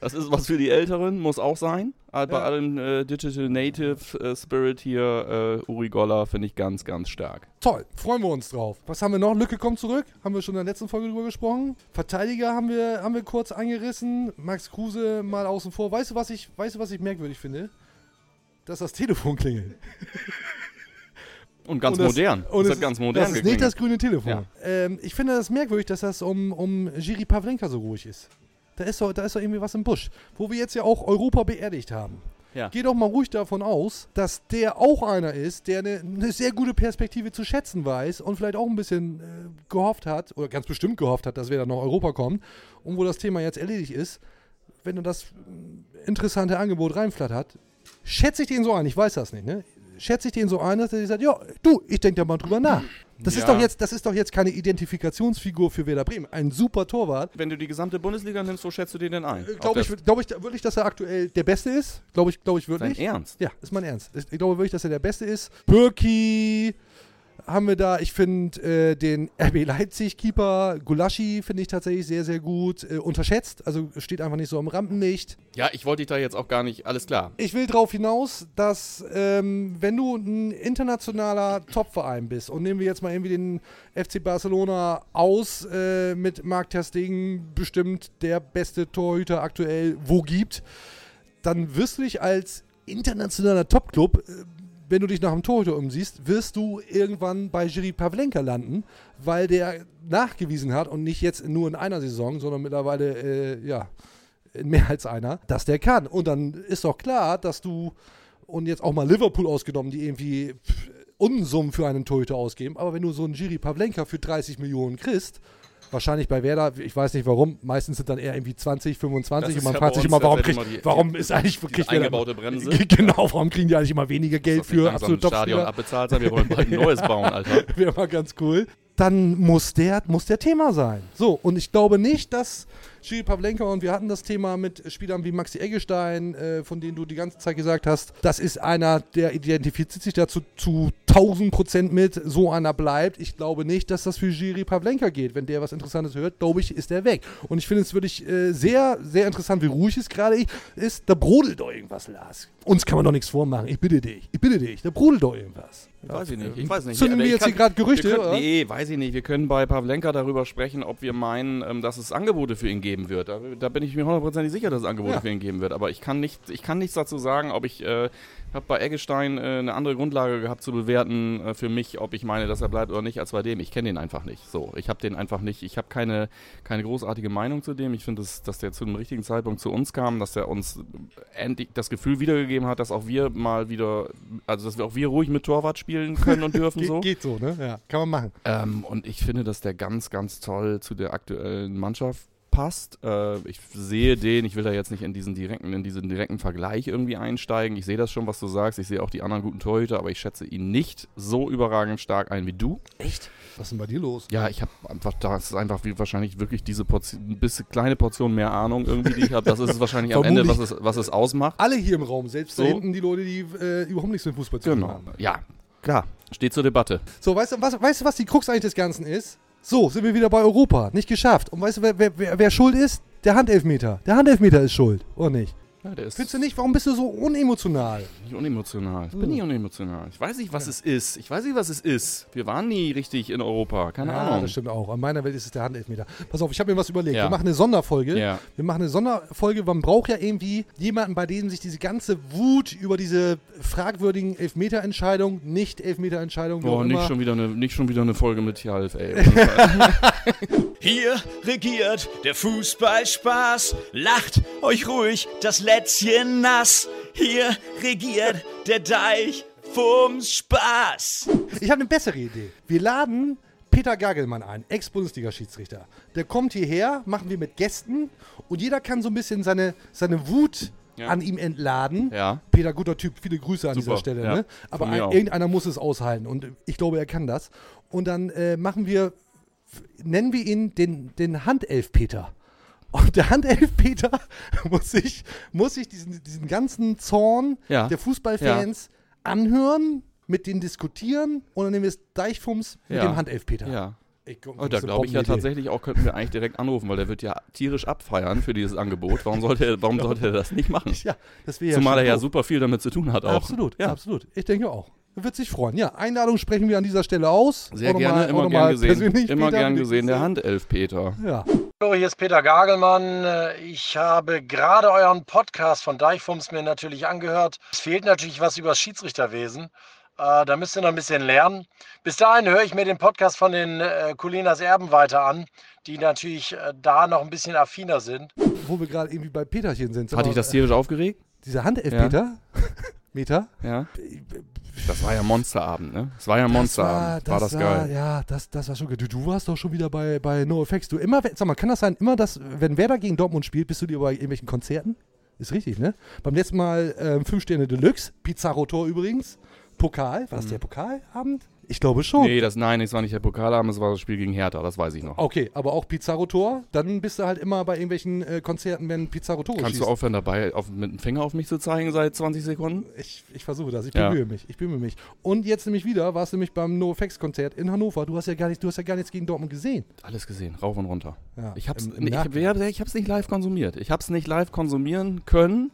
Speaker 4: Das ist was für die Älteren, muss auch sein. All- Bei allem äh, Digital Native äh, Spirit hier, äh, Uri Goller finde ich ganz, ganz stark.
Speaker 1: Toll, freuen wir uns drauf. Was haben wir noch? Lücke kommt zurück. Haben wir schon in der letzten Folge drüber gesprochen. Verteidiger haben wir, haben wir kurz angerissen. Max Kruse mal außen vor. Weißt du, was ich, weißt du, was ich merkwürdig finde? Dass das Telefon klingelt.
Speaker 4: Und ganz
Speaker 1: Und das-
Speaker 4: modern.
Speaker 1: Und
Speaker 4: das
Speaker 1: es
Speaker 4: hat ganz
Speaker 1: ist-
Speaker 4: modern
Speaker 1: Das ist
Speaker 4: geklingelt.
Speaker 1: nicht das grüne Telefon. Ähm, ich finde das merkwürdig, dass das um, um Giri Pavlenka so ruhig ist. Da ist, doch, da ist doch irgendwie was im Busch. Wo wir jetzt ja auch Europa beerdigt haben.
Speaker 4: Ja.
Speaker 1: Geh doch mal ruhig davon aus, dass der auch einer ist, der eine, eine sehr gute Perspektive zu schätzen weiß und vielleicht auch ein bisschen äh, gehofft hat, oder ganz bestimmt gehofft hat, dass wir dann nach Europa kommen und wo das Thema jetzt erledigt ist. Wenn du das äh, interessante Angebot reinflattert, schätze ich den so ein, ich weiß das nicht, ne? Schätze ich den so ein, dass er sagt, ja, du, ich denke da mal drüber nach. Das, ist
Speaker 4: Ja.
Speaker 1: doch jetzt, das ist doch jetzt keine Identifikationsfigur für Werder Bremen. Ein super Torwart.
Speaker 4: Wenn du die gesamte Bundesliga nimmst, wo schätzt du den denn ein?
Speaker 1: Glaube ich, Äh, glaub ich wirklich, dass er aktuell der Beste ist? Glaube ich, glaub ich
Speaker 4: Dein
Speaker 1: wirklich.
Speaker 4: Ernst?
Speaker 1: Ja, ist mein Ernst. Ich ich glaube wirklich, dass er der Beste ist. Birki haben wir da. Ich finde äh, den RB Leipzig-Keeper Gulaschi finde ich tatsächlich sehr, sehr gut. Äh, unterschätzt, also steht einfach nicht so am Rampenlicht.
Speaker 4: Ja, ich wollte dich da jetzt auch gar nicht. Alles klar.
Speaker 1: Ich will darauf hinaus, dass ähm, wenn du ein internationaler Topverein bist und nehmen wir jetzt mal irgendwie den FC Barcelona aus äh, mit Marc Ter Stegen bestimmt der beste Torhüter aktuell wo gibt, dann wirst du dich als internationaler Topclub, äh, wenn du dich nach dem Torhüter umsiehst, wirst du irgendwann bei Jiri Pavlenka landen, weil der nachgewiesen hat und nicht jetzt nur in einer Saison, sondern mittlerweile äh, ja in mehr als einer, dass der kann. Und dann ist doch klar, dass du, und jetzt auch mal Liverpool ausgenommen, die irgendwie pff, Unsummen für einen Torhüter ausgeben, aber wenn du so einen Giri Pavlenka für 30 Millionen kriegst, wahrscheinlich bei Werder, ich weiß nicht warum, meistens sind dann eher irgendwie 20, 25
Speaker 4: Das
Speaker 1: und man
Speaker 4: ist ja
Speaker 1: fragt
Speaker 4: bei
Speaker 1: sich
Speaker 4: uns
Speaker 1: immer, warum, kriegt,
Speaker 4: tatsächlich immer die-
Speaker 1: warum ist eigentlich
Speaker 4: Diese
Speaker 1: wirklich
Speaker 4: eingebaute Bremse.
Speaker 1: Genau, warum kriegen die eigentlich immer weniger Geld
Speaker 4: Lass mich
Speaker 1: für
Speaker 4: langsam
Speaker 1: absolute
Speaker 4: das Stadion
Speaker 1: Topspieler?
Speaker 4: abbezahlt sein. Wir wollen bald ein neues bauen, Alter.
Speaker 1: Wäre mal ganz cool. dann muss der, muss der Thema sein. So, und ich glaube nicht, dass Schiri Pavlenka und wir hatten das Thema mit Spielern wie Maxi Eggestein, äh, von denen du die ganze Zeit gesagt hast, das ist einer, der identifiziert sich dazu zu 1000 Prozent mit, so einer bleibt. Ich glaube nicht, dass das für Schiri Pavlenka geht. Wenn der was Interessantes hört, glaube ich, ist er weg. Und ich finde es wirklich äh, sehr, sehr interessant, wie ruhig es gerade ist. Da brodelt doch irgendwas, Lars. Uns kann man doch nichts vormachen. Ich bitte dich. Ich bitte dich. Da brodelt doch irgendwas.
Speaker 4: Weiß ich nicht. Ich weiß nicht.
Speaker 1: Zünden
Speaker 4: Aber
Speaker 1: wir
Speaker 4: ich
Speaker 1: jetzt
Speaker 4: kann-
Speaker 1: hier gerade Gerüchte,
Speaker 4: wir können,
Speaker 1: oder?
Speaker 4: Nee, weiß ich nicht. Wir können bei Pavlenka darüber sprechen, ob wir meinen, ähm, dass es Angebote für ihn geben wird. Da, da bin ich mir hundertprozentig sicher, dass es Angebote
Speaker 1: Ja.
Speaker 4: für ihn geben wird. Aber ich kann, nicht, ich kann nichts dazu sagen, ob ich. Äh, habe bei Eggestein äh, eine andere Grundlage gehabt zu bewerten äh, für mich, ob ich meine, dass er bleibt oder nicht, als bei dem. Ich kenne den einfach nicht. So, ich habe den einfach nicht. Ich habe keine, keine großartige Meinung zu dem. Ich finde, dass, dass der zu dem richtigen Zeitpunkt zu uns kam, dass er uns endlich das Gefühl wiedergegeben hat, dass auch wir mal wieder, also dass wir auch wir ruhig mit Torwart spielen können und dürfen.
Speaker 1: Ge
Speaker 4: so.
Speaker 1: Geht so, ne? Ja, kann man machen.
Speaker 4: Ähm, und ich finde, dass der ganz, ganz toll zu der aktuellen Mannschaft passt. Äh, ich sehe den, ich will da jetzt nicht in diesen direkten, in diesen direkten Vergleich irgendwie einsteigen. Ich sehe das schon, was du sagst. Ich sehe auch die anderen guten Torhüter, aber ich schätze ihn nicht so überragend stark ein wie du.
Speaker 1: Was ist denn bei dir los?
Speaker 4: Ja, ich habe einfach, das ist einfach wie wahrscheinlich wirklich diese Portion, ein bisschen kleine Portion mehr Ahnung irgendwie, die ich habe. Das ist es wahrscheinlich am Ende, was es, was es ausmacht.
Speaker 1: Alle hier im Raum, selbst da
Speaker 4: So.
Speaker 1: hinten die Leute, die äh, überhaupt nichts mit Fußball zu tun
Speaker 4: Genau.
Speaker 1: haben.
Speaker 4: Ja, klar. Steht zur Debatte.
Speaker 1: So, weißt du, was, weißt du, was die Krux eigentlich des Ganzen ist? So, sind wir wieder bei Europa. Nicht geschafft. Und weißt du, wer, wer, wer, wer schuld ist? Der Handelfmeter. Der Handelfmeter ist schuld, oder nicht?
Speaker 4: Ja, der ist
Speaker 1: Findest du nicht? Warum bist du so unemotional?
Speaker 4: Ich unemotional.
Speaker 1: Hm.
Speaker 4: Ich bin nicht unemotional. Ich weiß nicht, was es ist. Ich weiß nicht, was es ist. Wir waren nie richtig in Europa. Keine
Speaker 1: Ja,
Speaker 4: Ahnung.
Speaker 1: das stimmt auch. An meiner Welt ist es der Handelfmeter. Pass auf, ich habe mir was überlegt.
Speaker 4: Ja.
Speaker 1: Wir machen eine Sonderfolge.
Speaker 4: Ja.
Speaker 1: Wir machen eine Sonderfolge. Man braucht ja irgendwie jemanden, bei dem sich diese ganze Wut über diese fragwürdigen Elfmeterentscheidungen, nicht Elfmeterentscheidungen, wie auch
Speaker 4: Boah, Oh, nicht
Speaker 1: immer-
Speaker 4: schon, wieder eine, nicht schon wieder eine Folge mit Tjalf, ey.
Speaker 8: Hier regiert der Fußballspaß. Lacht euch ruhig das Lätzchen nass. Hier regiert der Deich vom Spaß.
Speaker 1: Ich habe eine bessere Idee. Wir laden Peter Gagelmann ein, Ex-Bundesliga-Schiedsrichter. Der kommt hierher, machen wir mit Gästen und jeder kann so ein bisschen seine, seine Wut
Speaker 4: Ja.
Speaker 1: an ihm entladen.
Speaker 4: Ja.
Speaker 1: Peter, guter Typ, viele Grüße an
Speaker 4: Super,
Speaker 1: dieser Stelle.
Speaker 4: ja.
Speaker 1: Ne? Aber
Speaker 4: Von mir
Speaker 1: ein,
Speaker 4: auch.
Speaker 1: irgendeiner muss es aushalten und ich glaube, er kann das. Und dann äh, machen wir, f- nennen wir ihn den, den Handelf-Peter. Und der Handelf-Peter muss sich, muss sich diesen, diesen ganzen Zorn
Speaker 4: Ja.
Speaker 1: der Fußballfans anhören, mit denen diskutieren und dann nehmen wir es Deichfums mit
Speaker 4: Ja.
Speaker 1: dem Handelf-Peter.
Speaker 4: ja.
Speaker 1: Ich glaub,
Speaker 4: Oh,
Speaker 1: das
Speaker 4: da
Speaker 1: ist eine
Speaker 4: glaube ich ja
Speaker 1: Bombenidee.
Speaker 4: tatsächlich auch, könnten wir eigentlich direkt anrufen, weil der wird ja tierisch abfeiern für dieses Angebot. Warum sollte er, warum sollte er das nicht machen?
Speaker 1: Ja, das wäre ja
Speaker 4: Zumal er
Speaker 1: schon
Speaker 4: ja
Speaker 1: doof.
Speaker 4: super viel damit zu tun hat auch.
Speaker 1: Absolut,
Speaker 4: Ja.
Speaker 1: absolut. Ich denke auch. Er Wird sich freuen. Ja, Einladung sprechen wir an dieser Stelle aus.
Speaker 4: Sehr
Speaker 1: Auch
Speaker 4: gerne,
Speaker 1: nochmal- auch
Speaker 4: immer
Speaker 1: nochmal
Speaker 4: gern gesehen.
Speaker 1: persönlich,
Speaker 4: Immer
Speaker 1: Peter,
Speaker 4: gern
Speaker 1: mit-
Speaker 4: gesehen, der Handelf, Peter.
Speaker 1: Ja.
Speaker 9: Hallo, hier ist Peter Gagelmann. Äh, Ich habe gerade euren Podcast von Deichfums mir natürlich angehört. Es fehlt natürlich was über das Schiedsrichterwesen. Äh, Da müsst ihr noch ein bisschen lernen. Bis dahin höre ich mir den Podcast von den äh, Colinas Erben weiter an, die natürlich äh, da noch ein bisschen affiner sind.
Speaker 1: Wo wir gerade irgendwie bei Peterchen sind. Sag
Speaker 4: Hat
Speaker 1: mal, äh,
Speaker 4: dich das tierisch aufgeregt?
Speaker 1: Dieser Handelf-Peter? Meter?
Speaker 4: Ja.
Speaker 1: Äh,
Speaker 4: Das war ja Monsterabend, ne? Das war ja Monsterabend. War das geil.
Speaker 1: Ja, das, das war schon geil. Du, du warst doch schon wieder bei, bei NoFX. Du immer, sag mal, kann das sein, immer das, wenn Werder gegen Dortmund spielt, bist du dir bei irgendwelchen Konzerten? Ist richtig, ne? Beim letzten Mal ähm, 5 Sterne Deluxe, Pizarro Tor übrigens, Pokal, war das der Pokalabend? Ich glaube schon.
Speaker 4: Mhm. Nee, das nein, das war nicht der Pokalabend, das war das Spiel gegen Hertha, das weiß ich noch.
Speaker 1: Okay, aber auch Pizarro Tor, dann bist du halt immer bei irgendwelchen äh, Konzerten, wenn Pizarro Tore
Speaker 4: Kannst du
Speaker 1: schießt.
Speaker 4: aufhören, dabei auf, mit dem Finger auf mich zu zeigen seit 20 Sekunden?
Speaker 1: Ich, ich versuche das, ich
Speaker 4: Ja.
Speaker 1: bemühe mich, ich bemühe mich. Und jetzt nämlich wieder, warst du nämlich beim NoFX-Konzert in Hannover. Du hast ja gar nicht, du hast ja gar nichts gegen Dortmund gesehen.
Speaker 4: Alles gesehen, rauf und runter.
Speaker 1: Ja,
Speaker 4: ich hab's,
Speaker 1: im- im
Speaker 4: nee, ich, hab, ich, hab, ich hab's nicht live konsumiert. Ich hab's nicht live konsumieren können.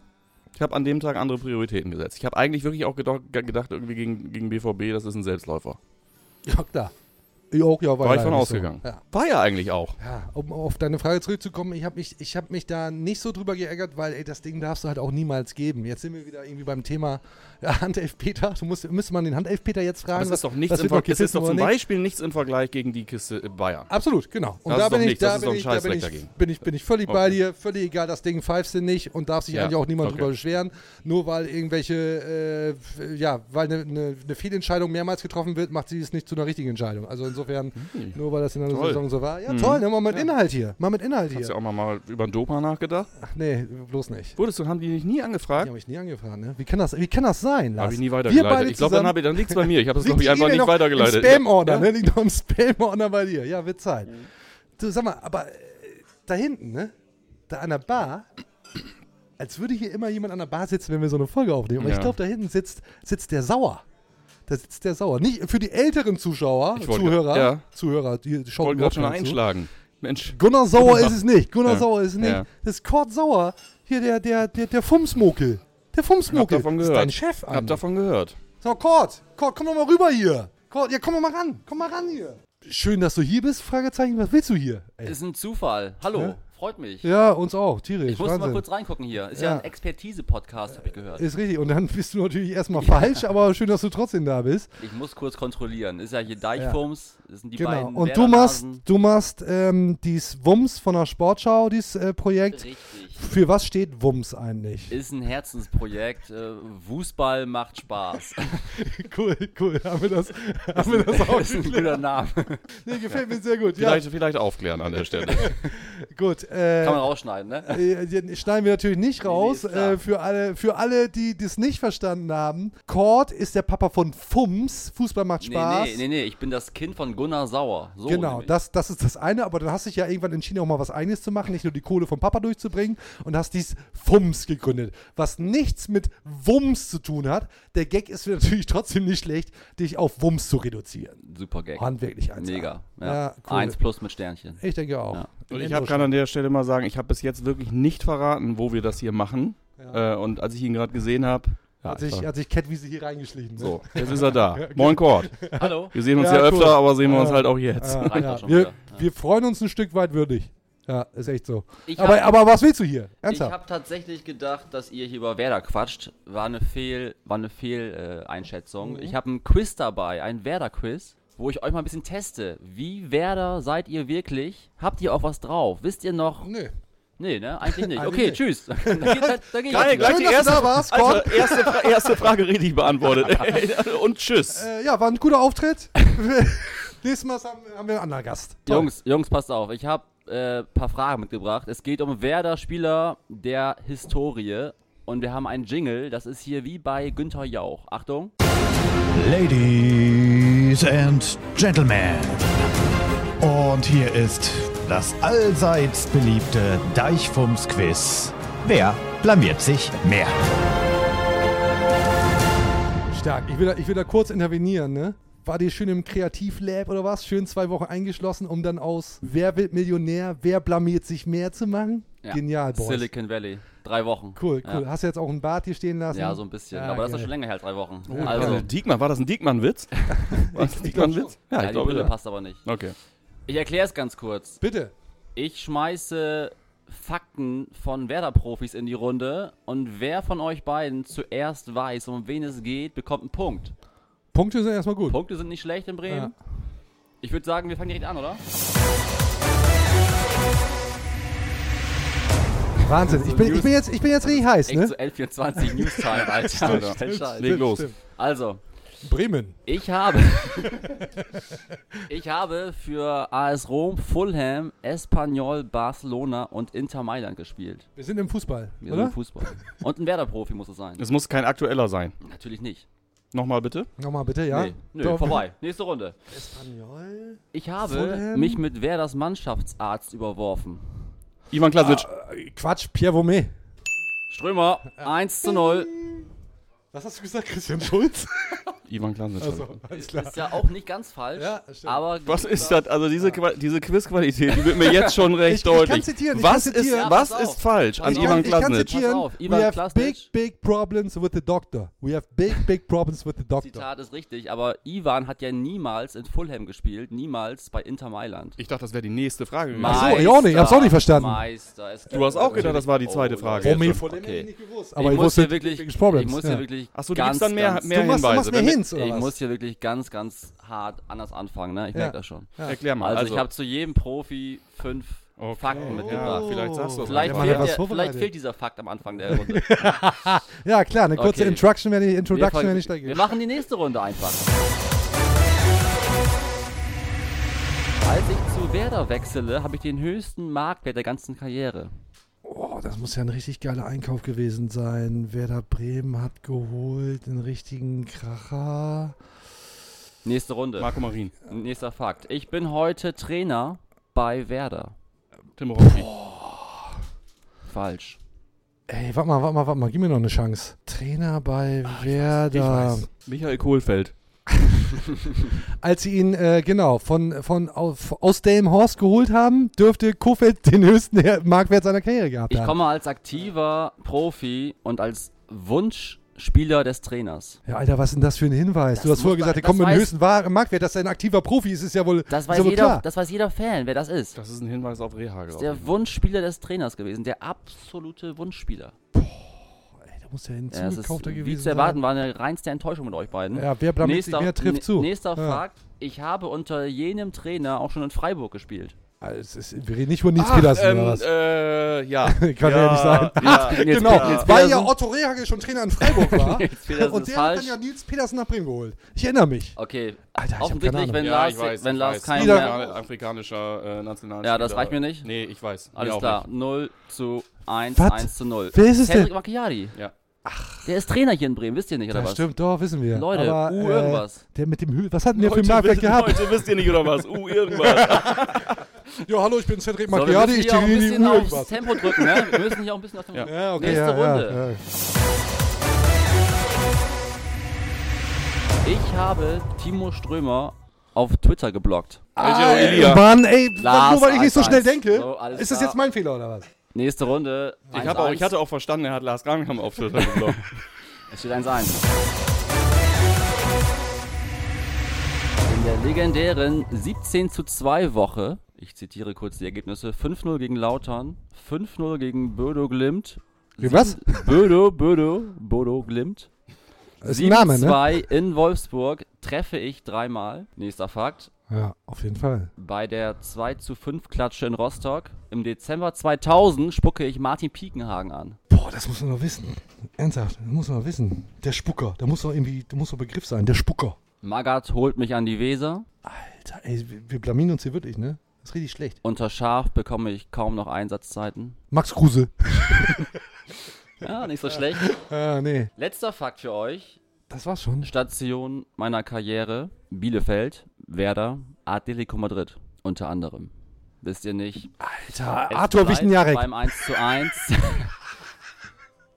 Speaker 4: Ich habe an dem Tag andere Prioritäten gesetzt. Ich habe eigentlich wirklich auch gedacht, gedacht irgendwie gegen, gegen BVB, das ist ein Selbstläufer.
Speaker 1: Ja, klar. Ja, auch, ja, war,
Speaker 4: War ich
Speaker 1: leider
Speaker 4: von
Speaker 1: nicht
Speaker 4: ausgegangen.
Speaker 1: So. Ja.
Speaker 4: War ja eigentlich auch.
Speaker 1: ja, um auf deine Frage zurückzukommen, ich habe mich, ich hab mich da nicht so drüber geärgert, weil ey, das Ding darfst du halt auch niemals geben. Jetzt sind wir wieder irgendwie beim Thema ja, Handelf-Peter. Du musst, müsste man den Handelf-Peter jetzt fragen.
Speaker 4: Aber es
Speaker 1: was-
Speaker 4: ist doch nichts
Speaker 1: was wird
Speaker 4: im
Speaker 1: noch
Speaker 4: Ver- es ist
Speaker 1: gepfiffen
Speaker 4: doch zum
Speaker 1: oder nicht?
Speaker 4: Beispiel nichts im Vergleich gegen die Kiste Bayern.
Speaker 1: Absolut, genau. Und
Speaker 4: Das
Speaker 1: da
Speaker 4: ist doch
Speaker 1: bin ich,
Speaker 4: nichts,
Speaker 1: da
Speaker 4: das ist
Speaker 1: bin
Speaker 4: doch ein
Speaker 1: ich, da bin ich,
Speaker 4: Scheißdreck
Speaker 1: bin
Speaker 4: dagegen.
Speaker 1: ich, bin ich, völlig
Speaker 4: Okay.
Speaker 1: bei dir, völlig egal, das Ding pfeifst du nicht und darf sich
Speaker 4: Ja,
Speaker 1: eigentlich auch niemand
Speaker 4: okay.
Speaker 1: drüber beschweren, nur weil irgendwelche, äh, f- ja, weil eine ne, ne Fehlentscheidung mehrmals getroffen wird, macht sie es nicht zu einer richtigen Entscheidung. Also Insofern,
Speaker 4: Hm.
Speaker 1: nur weil das in einer Saison so war. Ja, toll, ne? mal mit Inhalt hier. Mal mit Inhalt
Speaker 4: Hast
Speaker 1: hier.
Speaker 4: du auch mal, mal über den Dopa nachgedacht?
Speaker 1: Ach, nee, bloß nicht.
Speaker 4: Wurdest du, haben die dich nie angefragt?
Speaker 1: Die habe ich nie angefahren, ne? Wie kann das, wie kann das sein? Lars?
Speaker 4: Habe ich
Speaker 1: Wir
Speaker 4: nie
Speaker 1: beide
Speaker 4: weitergeleitet. Ich glaube, dann,
Speaker 1: zusammen-
Speaker 4: hab ich- dann liegt es bei mir. Ich habe das,
Speaker 1: Liegt
Speaker 4: glaube ich,
Speaker 1: die
Speaker 4: einfach
Speaker 1: E-Mail
Speaker 4: nicht
Speaker 1: noch
Speaker 4: weitergeleitet.
Speaker 1: Im Spam-Order, ne? Liegt noch im Spam-Order bei dir. Ja, wird Zeit. Du, sag mal, aber äh, da hinten, ne? Da an der Bar, als würde hier immer jemand an der Bar sitzen, wenn wir so eine Folge aufnehmen. Aber ich
Speaker 4: Ja.
Speaker 1: glaube, da hinten sitzt, sitzt der Sauer. Da sitzt der Sauer. Nicht für die älteren Zuschauer,
Speaker 4: Ich wollte-
Speaker 1: Zuhörer,
Speaker 4: ja.
Speaker 1: Zuhörer, die
Speaker 4: Ich
Speaker 1: schauen
Speaker 4: wollte gerade schon
Speaker 1: überhaupt nicht zu.
Speaker 4: einschlagen. Mensch.
Speaker 1: Gunnar Sauer ist es nicht. Gunnar
Speaker 4: Ja.
Speaker 1: Sauer ist es nicht.
Speaker 4: Ja.
Speaker 1: Das ist Kurt Sauer. Hier der, der, der, der Fumsmokel. Der Fumsmokel.
Speaker 4: davon
Speaker 1: Das ist
Speaker 4: gehört.
Speaker 1: dein Chef,
Speaker 4: Hab
Speaker 1: Andi.
Speaker 4: davon gehört.
Speaker 1: So, Kurt, Kurt, komm doch mal rüber hier. Kurt, ja, komm doch mal ran. Komm mal ran hier. Schön, dass du hier bist. Fragezeichen, was willst du hier? Ey.
Speaker 10: Ist ein Zufall. Hallo, freut mich.
Speaker 1: Ja, uns auch, tierisch.
Speaker 10: ich musste
Speaker 1: Wahnsinn.
Speaker 10: mal kurz reingucken hier. Ist ja,
Speaker 1: Ja.
Speaker 10: ein Expertise-Podcast, habe ich gehört.
Speaker 1: Ist richtig. Und dann bist du natürlich erstmal falsch, aber schön, dass du trotzdem da bist.
Speaker 10: Ich muss kurz kontrollieren. Ist ja hier Deichfums. Das sind die
Speaker 1: genau.
Speaker 10: beiden
Speaker 1: Und du machst,
Speaker 10: Werdernasen.
Speaker 1: du machst ähm, dies Wums von der Sportschau, dieses äh, Projekt.
Speaker 10: Richtig. Äh.
Speaker 1: Für was steht Wums eigentlich?
Speaker 10: Ist ein Herzensprojekt. Äh, Fußball macht Spaß.
Speaker 1: cool, cool. Haben wir das, haben wir das auch
Speaker 10: ist ein guter Name. Kann
Speaker 1: Nee, gefällt mir sehr gut. Ja,
Speaker 4: Vielleicht, vielleicht aufklären an der Stelle.
Speaker 1: gut. Äh,
Speaker 10: man rausschneiden, ne?
Speaker 1: Äh, den schneiden wir natürlich nicht raus.
Speaker 10: nee, ist klar.
Speaker 1: äh, für, alle, für alle, die das nicht verstanden haben, Kord ist der Papa von Fums. Fußball macht Spaß.
Speaker 10: Nee, nee, nee, nee. Ich bin das Kind von Gunnar Sauer. So
Speaker 1: Genau,
Speaker 10: nämlich.
Speaker 1: das, das ist das eine, aber dann hast du dich ja irgendwann entschieden, auch mal was eigenes zu machen, nicht nur die Kohle vom Papa durchzubringen und hast dies Fums gegründet, was nichts mit Wums zu tun hat. Der Gag ist mir natürlich trotzdem nicht schlecht, dich auf Wums zu reduzieren.
Speaker 10: Super Gag.
Speaker 1: Handwerklich eins.
Speaker 10: Mega. Ja.
Speaker 1: ja cool.
Speaker 10: Eins plus mit Sternchen.
Speaker 1: Ich denke auch.
Speaker 10: Ja.
Speaker 4: Und ich hab, kann an der Stelle mal sagen, ich habe bis jetzt wirklich nicht verraten, wo wir das hier machen. Äh, und als ich ihn gerade gesehen habe, ja, also.
Speaker 1: hat, sich,
Speaker 4: ich war-
Speaker 1: hat sich Catwiese hier reingeschlichen. Ne?
Speaker 4: so, jetzt ist er da. Moin Kord.
Speaker 10: Hallo.
Speaker 4: Wir sehen uns
Speaker 1: Ja,
Speaker 4: ja,
Speaker 1: cool.
Speaker 4: öfter, aber sehen wir uns
Speaker 1: Ja.
Speaker 4: halt auch jetzt.
Speaker 1: Ja,
Speaker 10: Reicht
Speaker 1: ja.
Speaker 10: doch schon
Speaker 1: wir,
Speaker 10: wieder.
Speaker 1: wir freuen uns ein Stück weit würdig. Ja, ist echt so.
Speaker 10: Ich
Speaker 1: Aber,
Speaker 10: hab-
Speaker 1: aber was willst du hier?
Speaker 10: Ich
Speaker 1: Ernsthaft?
Speaker 10: habe tatsächlich gedacht, dass ihr hier über Werder quatscht. War eine Fehl, war eine Fehleinschätzung. Äh, Einschätzung.
Speaker 1: Mhm.
Speaker 10: Ich habe einen Quiz dabei, einen Werder-Quiz, wo ich euch mal ein bisschen teste. Wie Werder seid ihr wirklich? Habt ihr auch was drauf? Wisst ihr noch?
Speaker 1: Nö.
Speaker 10: Nee, ne? Eigentlich nicht.
Speaker 1: Eigentlich
Speaker 10: Okay,
Speaker 1: nicht.
Speaker 10: tschüss. Dann geht's halt, dann geht's
Speaker 4: Geil,
Speaker 10: wieder.
Speaker 4: gleich
Speaker 1: Schön,
Speaker 4: die
Speaker 1: dass
Speaker 4: erste,
Speaker 1: du da warst, Gordon.
Speaker 4: also, erste, Fra erste Frage richtig beantwortet. und tschüss.
Speaker 1: Äh, ja, war ein guter Auftritt. Nächstes Mal haben, haben wir einen anderen Gast. Toll.
Speaker 10: Jungs, Jungs, passt auf. Ich habe ein äh, paar Fragen mitgebracht. Es geht um Werder-Spieler der Historie. Und wir haben einen Jingle. Das ist hier wie bei Günther Jauch. Achtung.
Speaker 11: Ladies and Gentlemen. Und hier ist das allseits beliebte Deichfumms-Quiz. Wer blamiert sich mehr?
Speaker 1: Stark. Ich will, da, ich will da kurz intervenieren, ne? War dir schön im Kreativlab oder was? Schön zwei Wochen eingeschlossen, um dann aus Wer wird Millionär, wer blamiert sich mehr zu machen?
Speaker 10: Ja.
Speaker 1: Genial, Boys.
Speaker 10: Silicon Valley. Drei Wochen.
Speaker 1: Cool,
Speaker 10: Ja.
Speaker 1: cool. Hast du jetzt auch einen Bart hier stehen lassen?
Speaker 10: Ja, so ein bisschen.
Speaker 1: Ja,
Speaker 10: aber das ist
Speaker 1: geil.
Speaker 10: doch schon länger her, als drei Wochen.
Speaker 1: Oh,
Speaker 4: Also,
Speaker 10: also,
Speaker 4: Diekmann, war das ein Diekmann-Witz? War das ein Diekmann-Witz?
Speaker 10: ja, die Brille passt aber nicht.
Speaker 4: ja. Okay.
Speaker 10: Ich erkläre es ganz kurz.
Speaker 1: Bitte.
Speaker 10: Ich schmeiße Fakten von Werder-Profis in die Runde und wer von euch beiden zuerst weiß, um wen es geht, bekommt einen Punkt.
Speaker 1: Punkte sind erstmal gut.
Speaker 10: Punkte sind nicht schlecht in Bremen. Ich würde sagen, wir fangen direkt an, oder?
Speaker 1: Wahnsinn. Ich bin, ich, bin jetzt, ich bin jetzt richtig heiß,
Speaker 10: Echt so
Speaker 1: ne?
Speaker 10: 11.24 News-Time, Alter. oder? Kein Scheiß.
Speaker 4: Leg los.
Speaker 1: Stimmt.
Speaker 10: Also,
Speaker 1: Bremen.
Speaker 10: Ich habe, ich habe für AS Rom, Fulham, Espanyol, Barcelona und Inter Mailand gespielt.
Speaker 1: Wir sind im Fußball,
Speaker 10: Wir
Speaker 1: oder?
Speaker 10: sind Fußball. Und ein Werder-Profi muss es sein.
Speaker 4: Es muss kein aktueller sein.
Speaker 10: Natürlich nicht.
Speaker 4: Nochmal bitte.
Speaker 1: Nochmal bitte, ja?
Speaker 10: Nee, nö,
Speaker 1: Doch.
Speaker 10: vorbei. Nächste Runde. Ich habe
Speaker 1: Fulham.
Speaker 10: mich mit Werders Mannschaftsarzt überworfen.
Speaker 4: Ivan Klasic.
Speaker 1: Quatsch, Pierre Vomet.
Speaker 10: Strömer, 1 zu 0.
Speaker 1: Was hast du gesagt, Christian Schulz?
Speaker 4: Ivan Klasic.
Speaker 1: Alles klar.
Speaker 10: Ist ja auch nicht ganz falsch.
Speaker 1: Ja, stimmt.
Speaker 10: aber
Speaker 4: Was ist das? Also diese, Qua- diese Quizqualität, die wird mir jetzt schon recht
Speaker 1: Ich- ich kann
Speaker 4: deutlich.
Speaker 1: zitieren, ich
Speaker 4: was
Speaker 1: kann zitieren.
Speaker 4: ist, was
Speaker 10: Ja, pass auf.
Speaker 4: ist falsch an
Speaker 10: Pass auf.
Speaker 4: Ivan
Speaker 1: ich kann
Speaker 4: Klasnitz?
Speaker 1: zitieren.
Speaker 10: Pass auf, Ivan
Speaker 1: We have
Speaker 10: Klasnitz.
Speaker 1: big, big problems with the doctor. We have big, big problems with the doctor.
Speaker 10: Zitat ist richtig, aber Ivan hat ja niemals in Fulham gespielt, niemals bei Inter Mailand.
Speaker 4: Ich dachte, das wäre die nächste Frage. gewesen.
Speaker 1: so, ich auch nicht, ich hab's auch nicht verstanden.
Speaker 10: Meister, es
Speaker 4: Du hast auch gedacht, das war die zweite Frage. jetzt schon.
Speaker 1: Vollem
Speaker 10: okay.
Speaker 1: nicht gewusst.
Speaker 10: Aber ich, muss hier wirklich,
Speaker 1: big
Speaker 10: ich muss
Speaker 1: ja.
Speaker 10: hier wirklich
Speaker 4: Ach so, du
Speaker 10: ganz,
Speaker 4: gibst dann mehr,
Speaker 10: ganz,
Speaker 4: mehr
Speaker 1: Du machst- du
Speaker 4: Hinweise.
Speaker 1: machst mir
Speaker 4: wenn-
Speaker 1: Hints, oder
Speaker 10: ich
Speaker 1: was?
Speaker 10: muss hier wirklich ganz, ganz hart anders anfangen, ne? Ich merke das schon.
Speaker 4: Erklär mal.
Speaker 10: Also, ich habe zu jedem Profi fünf Fakten mitgebracht.
Speaker 4: ja, Oh. vielleicht sagst du das
Speaker 10: Vielleicht,
Speaker 4: einfach.
Speaker 1: Mann hat was
Speaker 10: fehlt der,
Speaker 1: vorbereitet.
Speaker 10: vielleicht fehlt dieser Fakt am Anfang der Runde.
Speaker 1: ja, klar, eine kurze
Speaker 10: Okay.
Speaker 1: Introduction, wenn ich,
Speaker 10: Wir,
Speaker 1: Introduction,
Speaker 10: fangen-
Speaker 1: wenn ich da
Speaker 10: wir
Speaker 1: gehe.
Speaker 10: machen die nächste Runde einfach. Als ich zu Werder wechsele, habe ich den höchsten Marktwert der ganzen Karriere.
Speaker 1: Oh, das muss ja ein richtig geiler Einkauf gewesen sein. Werder Bremen hat geholt, einen richtigen Kracher.
Speaker 10: Nächste Runde.
Speaker 4: Marco Marin,
Speaker 10: Nächster Fakt. Ich bin heute Trainer bei Werder.
Speaker 4: Tim Rocky.
Speaker 10: Falsch.
Speaker 1: Ey, warte mal, warte mal, warte mal, gib mir noch eine Chance. Trainer bei
Speaker 10: Ah,
Speaker 1: Werder.
Speaker 4: Michael Kohlfeld.
Speaker 1: Als sie ihn, äh, genau, von, von auf, aus Delmenhorst geholt haben, dürfte Kofeld den höchsten Marktwert seiner Karriere gehabt
Speaker 10: Ich
Speaker 1: haben.
Speaker 10: komme als aktiver Profi und als Wunschspieler des Trainers.
Speaker 1: Ja, Alter, was ist denn das für ein Hinweis? du
Speaker 10: Das
Speaker 1: hast vorher
Speaker 10: muss man-
Speaker 1: gesagt, er kommt
Speaker 10: das
Speaker 1: mit dem
Speaker 10: weiß-
Speaker 1: höchsten wahren Marktwert, dass er ein aktiver Profi ist, ist ja wohl,
Speaker 10: Das
Speaker 1: ist ja
Speaker 10: weiß,
Speaker 1: wohl
Speaker 10: jeder,
Speaker 1: klar.
Speaker 10: das weiß jeder Fan, wer das ist.
Speaker 4: Das ist ein Hinweis auf Rehagel.
Speaker 10: ist der Wunschspieler des Trainers gewesen, der absolute Wunschspieler.
Speaker 1: Ey, da muss ja ein
Speaker 10: Ja, das ist,
Speaker 1: zugekaufter
Speaker 10: wie
Speaker 1: gewesen
Speaker 10: zu erwarten,
Speaker 1: sein.
Speaker 10: war eine reinste Enttäuschung mit euch beiden.
Speaker 1: Ja, wer blamiert sich, wer trifft
Speaker 10: nä-
Speaker 1: zu.
Speaker 10: Nächster
Speaker 1: Ja.
Speaker 10: Fakt. Ich habe unter jenem Trainer auch schon in Freiburg gespielt.
Speaker 1: Ah, es ist, wir reden nicht über Nils Petersen
Speaker 4: ähm,
Speaker 1: oder was.
Speaker 4: äh, ja.
Speaker 1: Kann ja nicht sein.
Speaker 4: Ja,
Speaker 10: Nils
Speaker 1: genau,
Speaker 10: Pe- Nils
Speaker 1: weil ja
Speaker 10: Petersen.
Speaker 1: Otto Rehagel schon Trainer in Freiburg war.
Speaker 10: Nils Petersen
Speaker 1: und
Speaker 10: ist
Speaker 1: der hat dann
Speaker 10: falsch.
Speaker 1: ja Nils Petersen nach Bremen geholt. Ich erinnere mich.
Speaker 10: Okay,
Speaker 1: Alter, ich hab
Speaker 10: offensichtlich,
Speaker 1: keine
Speaker 10: wenn
Speaker 1: Ahnung.
Speaker 4: ja,
Speaker 10: Lars,
Speaker 4: ich weiß.
Speaker 10: wenn
Speaker 4: ich
Speaker 10: Lars
Speaker 4: weiß.
Speaker 10: keinen
Speaker 1: Wieder-
Speaker 10: mehr...
Speaker 4: Afrikaner- Afrikanischer äh, Nationalspieler.
Speaker 10: Ja, das reicht mir nicht.
Speaker 4: Nee, ich weiß. Mir
Speaker 10: Alles
Speaker 4: auch
Speaker 10: klar,
Speaker 4: nicht.
Speaker 10: 0 zu 1,
Speaker 1: Was?
Speaker 10: 1 zu 0.
Speaker 1: Wer ist es
Speaker 10: Cedric
Speaker 1: denn?
Speaker 10: Macchiari.
Speaker 4: Ja.
Speaker 10: Der ist Trainer hier in Bremen, wisst ihr nicht, oder
Speaker 1: Das
Speaker 10: was?
Speaker 1: stimmt, doch, wissen wir.
Speaker 10: Leute,
Speaker 1: Aber,
Speaker 10: uh,
Speaker 1: äh,
Speaker 10: irgendwas.
Speaker 1: Der mit dem Hü Was hat denn der für einen
Speaker 4: Heute
Speaker 1: Marktwert
Speaker 4: wisst,
Speaker 1: gehabt?
Speaker 4: heute wisst ihr nicht, oder was? Uh, irgendwas.
Speaker 1: Ja, hallo, ich bin Cedric
Speaker 10: So, wir
Speaker 1: Macchiati,
Speaker 10: müssen
Speaker 1: ich
Speaker 10: hier auch
Speaker 1: tippe
Speaker 10: ein
Speaker 1: in die
Speaker 10: bisschen
Speaker 1: Uhr
Speaker 10: aufs
Speaker 1: irgendwas.
Speaker 10: Tempo drücken, ne? Wir müssen hier auch ein bisschen auf den...
Speaker 1: Ja, okay,
Speaker 10: Nächste
Speaker 1: ja, ja,
Speaker 10: Runde.
Speaker 1: ja.
Speaker 10: Ich habe Timo Strömer auf Twitter geblockt.
Speaker 4: Angelo Elia.
Speaker 1: Mann, ey,
Speaker 10: Lars,
Speaker 1: nur weil ich nicht so
Speaker 10: eins,
Speaker 1: schnell
Speaker 10: eins.
Speaker 1: denke,
Speaker 10: So, alles
Speaker 1: ist das
Speaker 10: klar.
Speaker 1: jetzt mein Fehler oder was?
Speaker 10: Nächste Runde.
Speaker 4: Ich,
Speaker 10: 1,
Speaker 4: hab auch, ich hatte auch verstanden, er hat Lars Grangham auf Twitter geblockt.
Speaker 10: Es steht 1-1. In der legendären 17 zu 2 Woche, ich zitiere kurz die Ergebnisse, 5-0 gegen Lautern, 5-0 gegen Bödo Glimt.
Speaker 1: Wie, was?
Speaker 10: Bödo, Bödo, Bodo Glimt.
Speaker 1: Das ist ein Name, ne?
Speaker 10: 7-2 in Wolfsburg treffe ich dreimal. Nächster Fakt.
Speaker 1: Ja, auf jeden Fall.
Speaker 10: Bei der 2 zu 5 Klatsche in Rostock im Dezember 2000 spucke ich Martin Piekenhagen an.
Speaker 1: Boah, das muss man doch wissen. Ernsthaft, das muss man doch wissen. Der Spucker, da muss doch irgendwie, da muss doch ein Begriff sein, der Spucker.
Speaker 10: Magath holt mich an die Weser.
Speaker 1: Alter, ey, wir wir blamieren uns hier wirklich, ne? Das ist richtig schlecht.
Speaker 10: Unter Schaf bekomme ich kaum noch Einsatzzeiten.
Speaker 1: Max Kruse.
Speaker 10: Ja, nicht so schlecht.
Speaker 1: Äh, nee.
Speaker 10: Letzter Fakt für euch.
Speaker 1: Das war's schon.
Speaker 10: Station meiner Karriere. Bielefeld, Werder, Atletico Madrid unter anderem. Wisst ihr nicht?
Speaker 1: Alter,
Speaker 10: Es
Speaker 1: Ah, Arthur
Speaker 10: bleibt
Speaker 1: Wichniarek.
Speaker 10: Beim 1 zu 1.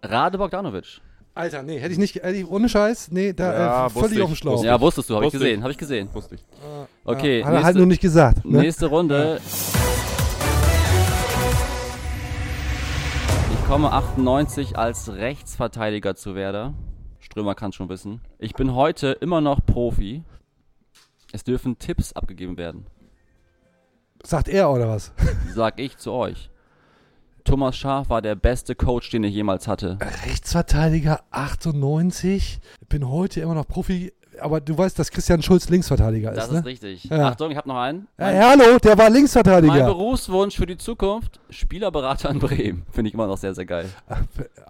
Speaker 10: Rade Bogdanovic.
Speaker 1: Alter, nee, hätte ich nicht, hätte ich, ohne Scheiß, nee, da äh,
Speaker 4: Ja, wusste
Speaker 1: völlig
Speaker 4: ich,
Speaker 1: auf dem Schlauch.
Speaker 4: wusste
Speaker 10: Ja, wusstest du, habe ich
Speaker 4: Wusste ich.
Speaker 10: gesehen, habe ich gesehen.
Speaker 4: Wusste ich.
Speaker 10: Okay,
Speaker 1: Hat er halt nur
Speaker 10: nächste,
Speaker 1: nicht gesagt. Ne?
Speaker 10: nächste Runde. Ich komme 98 als Rechtsverteidiger zu Werder. Strömer kann schon wissen. Ich bin heute immer noch Profi. Es dürfen Tipps abgegeben werden.
Speaker 1: Sagt er oder was?
Speaker 10: Sag ich zu euch. Thomas Schaf war der beste Coach, den ich jemals hatte.
Speaker 1: Rechtsverteidiger 98. Bin heute immer noch Profi, aber du weißt, dass Christian Schulz Linksverteidiger ist,
Speaker 10: Das
Speaker 1: ne?
Speaker 10: ist richtig.
Speaker 1: Ja.
Speaker 10: Achtung, ich habe noch einen.
Speaker 1: Ja, ja, hallo, der war Linksverteidiger.
Speaker 10: Mein Berufswunsch für die Zukunft: Spielerberater in Bremen. Finde ich immer noch sehr, sehr geil.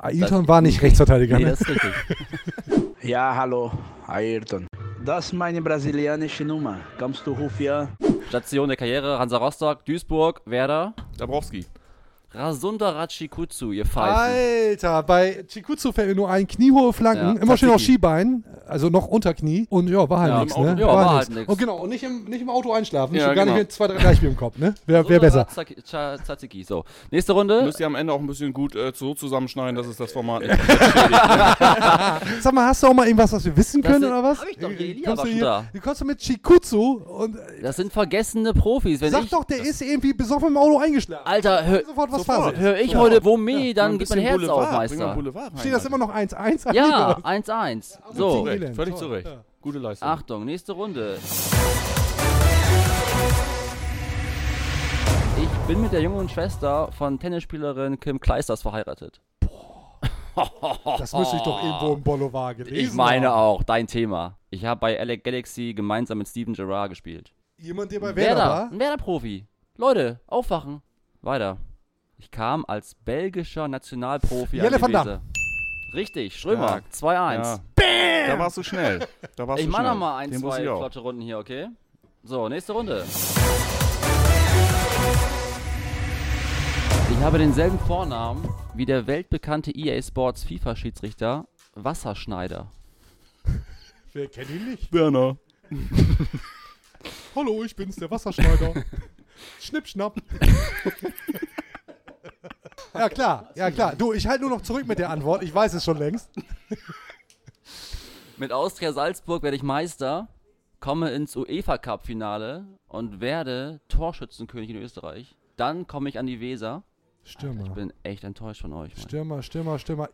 Speaker 1: Ailton Ah, war nicht Rechtsverteidiger.
Speaker 10: Nee,
Speaker 1: ne?
Speaker 10: das ist richtig.
Speaker 12: Ja, hallo, Ayrton. Das ist meine brasilianische Nummer. Kommst du, ruf hier an.
Speaker 10: Station der Karriere: Hansa Rostock, Duisburg, Werder.
Speaker 4: Dabrowski.
Speaker 10: Rasundara Chikutsu, ihr Pfeifen.
Speaker 1: Alter, bei Chikutsu fällt mir nur ein kniehohe Flanken,
Speaker 10: Ja,
Speaker 1: immer schön auf
Speaker 10: Tzatziki.
Speaker 1: Skibein, also noch unter Knie und ja, war halt
Speaker 10: Ja,
Speaker 1: nichts,
Speaker 10: im
Speaker 1: ne?
Speaker 10: Auto- ja, war halt
Speaker 1: nix.
Speaker 10: nix.
Speaker 1: Und genau, und nicht im, nicht im Auto einschlafen,
Speaker 4: Ja,
Speaker 1: schon gar
Speaker 4: genau.
Speaker 1: nicht mit zwei, drei Gleichspiel im Kopf, ne? Wer, wer besser?
Speaker 10: Rasundara Tzaki- Tza- Tzatziki. So, nächste Runde.
Speaker 4: Müsst ihr am Ende auch ein bisschen gut äh, so zusammenschneiden, dass es das Format nicht
Speaker 1: Sag mal, hast du auch mal irgendwas, was wir wissen
Speaker 10: Das
Speaker 1: können
Speaker 10: sind-
Speaker 1: oder was?
Speaker 10: hab ich doch, die Elia
Speaker 1: Kommst
Speaker 10: war
Speaker 1: du
Speaker 10: schon da.
Speaker 1: Wie kommst du mit Chikutsu und äh,
Speaker 10: Das sind vergessene Profis. Wenn
Speaker 1: sag
Speaker 10: ich,
Speaker 1: doch, der ist irgendwie besoffen im Auto eingeschlafen.
Speaker 10: Alter, hör,
Speaker 1: sofort was
Speaker 4: sofort.
Speaker 1: Phase.
Speaker 10: hör ich heute Womee, dann
Speaker 4: Ein
Speaker 10: gibt mein
Speaker 4: bisschen
Speaker 10: Herz
Speaker 4: Boulevard,
Speaker 10: auf,
Speaker 4: bring mal
Speaker 10: Meister.
Speaker 4: Boulevard rein,
Speaker 1: Steht das
Speaker 4: Alter.
Speaker 1: immer noch 1-1?
Speaker 10: Ja, 1-1.
Speaker 12: Also
Speaker 10: So,
Speaker 4: Zurecht,
Speaker 1: Elend,
Speaker 4: Völlig
Speaker 1: so.
Speaker 4: zu Recht. Gute Leistung.
Speaker 10: Achtung, nächste Runde. Ich bin mit der jungen Schwester von Tennisspielerin Kim Kleisters verheiratet.
Speaker 1: Das müsste ich doch irgendwo im Boulevard gelesen
Speaker 10: Ich meine
Speaker 1: haben.
Speaker 10: auch, dein Thema. Ich habe bei Alec Galaxy gemeinsam mit Steven Gerrard gespielt.
Speaker 1: Jemand, der bei Werder
Speaker 10: Werder,
Speaker 1: war?
Speaker 10: ein Werder-Profi. Leute, aufwachen. Weiter. Ich kam als belgischer Nationalprofi
Speaker 1: Jelle
Speaker 10: an
Speaker 1: van
Speaker 10: die
Speaker 1: Dam.
Speaker 10: Weser. Richtig, Strömer,
Speaker 4: Stark.
Speaker 10: 2-1.
Speaker 4: Ja. Da warst du schnell. Da warst
Speaker 10: Ich
Speaker 4: du
Speaker 10: mache
Speaker 4: schnell.
Speaker 10: nochmal ein,
Speaker 4: Den wusste
Speaker 10: zwei
Speaker 4: ich auch.
Speaker 10: flotte Runden hier, okay? So, nächste Runde. habe denselben Vornamen wie der weltbekannte EA Sports FIFA-Schiedsrichter Wasserschneider.
Speaker 1: Wer kennt ihn nicht?
Speaker 4: Werner.
Speaker 1: Hallo, ich bin's, der Wasserschneider. Schnipp, schnapp. ja, klar, ja, klar. Du, ich halte nur noch zurück mit der Antwort. Ich weiß es schon längst.
Speaker 10: Mit Austria Salzburg werde ich Meister, komme ins UEFA Cup Finale und werde Torschützenkönig in Österreich. Dann komme ich an die Weser.
Speaker 1: Stürmer.
Speaker 10: Ich bin echt enttäuscht von euch. Mann.
Speaker 1: Stürmer, Stürmer, Stürmer.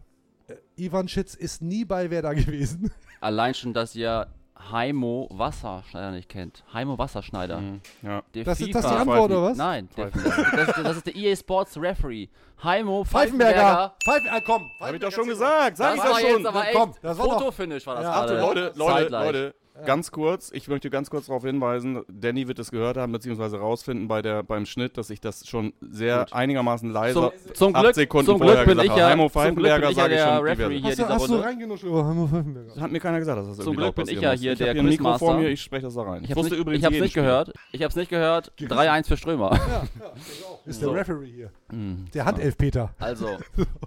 Speaker 1: Äh, Ivan Schitz ist nie bei Werder gewesen.
Speaker 10: Allein schon, dass ihr Heimo Wasserschneider nicht kennt. Heimo
Speaker 4: Mhm.
Speaker 10: Wasserschneider.
Speaker 4: Ja.
Speaker 10: Der
Speaker 1: Das ist- das ist die Antwort, oder was?
Speaker 10: Nein, der, das, ist- das ist der EA Sports Referee. Heimo Pfeifenberger.
Speaker 1: Pfeifenberger. Pfeifen, ah, komm.
Speaker 4: Hab ich doch schon gesagt. Sag
Speaker 10: Das
Speaker 4: ich
Speaker 10: war
Speaker 4: doch schon.
Speaker 10: jetzt aber echt
Speaker 1: komm, das war doch-
Speaker 10: Fotofinish war das
Speaker 1: Ja.
Speaker 10: gerade.
Speaker 4: Leute, Leute,
Speaker 10: Zeitgleich.
Speaker 4: Leute. Ganz kurz, ich möchte ganz kurz darauf hinweisen, Danny wird es gehört haben, beziehungsweise rausfinden bei der, beim Schnitt, dass ich das schon sehr einigermaßen
Speaker 10: Zum,
Speaker 4: leise
Speaker 10: zum
Speaker 4: acht
Speaker 10: Glück,
Speaker 4: Sekunden
Speaker 10: zum
Speaker 4: vorher
Speaker 10: Glück bin
Speaker 4: gesagt
Speaker 10: ich
Speaker 4: habe.
Speaker 10: ja,
Speaker 4: Heimo
Speaker 10: zum Glück bin
Speaker 4: Pfeifenberger
Speaker 10: ich ja
Speaker 4: sage ich
Speaker 10: der
Speaker 4: schon diverse.
Speaker 10: Referee hier
Speaker 1: Hast du,
Speaker 10: dieser
Speaker 1: hast du
Speaker 10: Runde.
Speaker 1: reingenuschelt? Oh, Heimo Pfeifenberger.
Speaker 4: Das hat mir keiner gesagt, dass das
Speaker 10: Zum
Speaker 4: irgendwie
Speaker 10: Glück
Speaker 4: laut
Speaker 10: bin ich
Speaker 4: passieren
Speaker 10: ja
Speaker 4: muss.
Speaker 10: hier
Speaker 4: ich hab
Speaker 10: der
Speaker 4: hier ein Mikro vor
Speaker 10: Quizmaster.
Speaker 4: mir, ich eh spreche das da rein.
Speaker 10: Ich hab's nicht, ich hab's
Speaker 4: jeden
Speaker 10: nicht
Speaker 4: Spiel.
Speaker 10: gehört. Ich hab's nicht gehört. 3-1 für Strömer.
Speaker 1: Ist der Referee hier.
Speaker 10: Mhm.
Speaker 1: Der Handelfpeter.
Speaker 10: Also,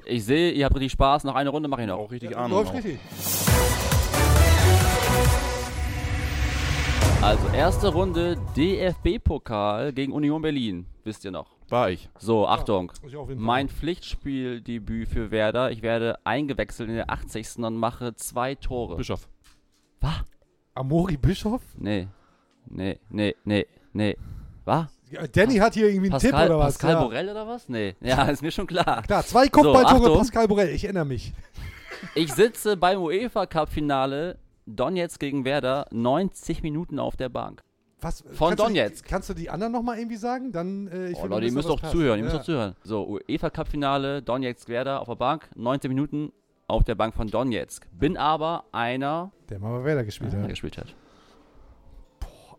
Speaker 10: ich sehe, ihr habt richtig Spaß. Noch eine Runde mache ich noch.
Speaker 4: Auch richtig
Speaker 1: Du
Speaker 4: Ahnung.
Speaker 1: läufst
Speaker 4: Auch.
Speaker 1: richtig.
Speaker 10: Also, erste Runde DFB-Pokal gegen Union Berlin. Wisst ihr noch?
Speaker 4: War ich.
Speaker 10: So, Achtung.
Speaker 1: Ich auf jeden Fall.
Speaker 10: Mein Pflichtspieldebüt für Werder. Ich werde eingewechselt in der 80. und mache zwei Tore.
Speaker 4: Bischof.
Speaker 1: Amori Bischof?
Speaker 10: Nee. Nee, nee, nee, nee. Was?
Speaker 1: Ja, Danny hat hier irgendwie einen
Speaker 10: Pascal,
Speaker 1: Tipp oder was?
Speaker 10: Pascal
Speaker 1: ja.
Speaker 10: Borell oder was? Nee. Ja, ist mir schon klar.
Speaker 1: Klar, zwei Kopfballtore
Speaker 10: Achtung.
Speaker 1: Pascal Borell. Ich erinnere mich.
Speaker 10: Ich sitze beim UEFA-Cup-Finale Donetsk gegen Werder 90 Minuten auf der Bank.
Speaker 1: Was,
Speaker 10: Von
Speaker 1: kannst du die-
Speaker 10: Donetsk.
Speaker 1: Kannst du die anderen nochmal irgendwie sagen? Dann, äh, ich
Speaker 10: Oh,
Speaker 1: will
Speaker 10: Leute, ihr
Speaker 1: wissen,
Speaker 10: müsst
Speaker 1: was
Speaker 10: doch
Speaker 1: passt.
Speaker 10: zuhören, ihr müsst
Speaker 1: Ja.
Speaker 10: doch zuhören. So, UEFA-Cup-Finale Donetsk Werder auf der Bank 90 Minuten auf der Bank von Donetsk. Bin aber einer,
Speaker 1: Der mal bei Werder gespielt
Speaker 10: der
Speaker 1: hat. ne?
Speaker 10: gespielt hat.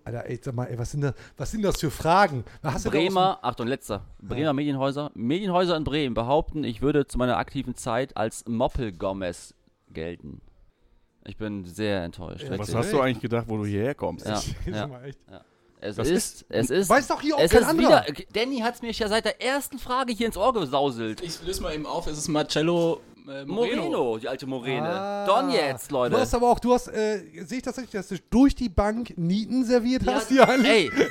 Speaker 1: Alter, ey, sag mal, ey, was, sind das, was sind das für Fragen? Was Hast du da
Speaker 10: Bremer, Achtung, letzter. Bremer Medienhäuser. Medienhäuser in Bremen behaupten, ich würde zu meiner aktiven Zeit als Moppel Gomez gelten. Ich bin sehr enttäuscht.
Speaker 1: Ja,
Speaker 4: Was
Speaker 10: wirklich.
Speaker 4: hast du eigentlich gedacht, wo du hierher kommst?
Speaker 10: Ja,
Speaker 1: aus dem-
Speaker 10: ja.
Speaker 1: Sag mal, echt.
Speaker 10: Es
Speaker 1: Das
Speaker 10: ist,
Speaker 1: ist-
Speaker 10: es ist.
Speaker 1: Weiß doch hier auch
Speaker 10: es
Speaker 1: kein
Speaker 10: ist
Speaker 1: anderer.
Speaker 10: wieder. Danny hat's mir ja seit der ersten Frage hier ins Ohr gesauselt.
Speaker 3: Ich löse mal eben auf, es ist Marcello äh,
Speaker 10: Moreno,
Speaker 3: Moreno.
Speaker 10: die alte Morene.
Speaker 1: Ah.
Speaker 10: Donetsk, Leute.
Speaker 1: Du hast aber auch, du hast, äh, sehe ich das richtig, dass du durch die Bank Nieten serviert hast? Ja, eigentlich?
Speaker 10: Ey,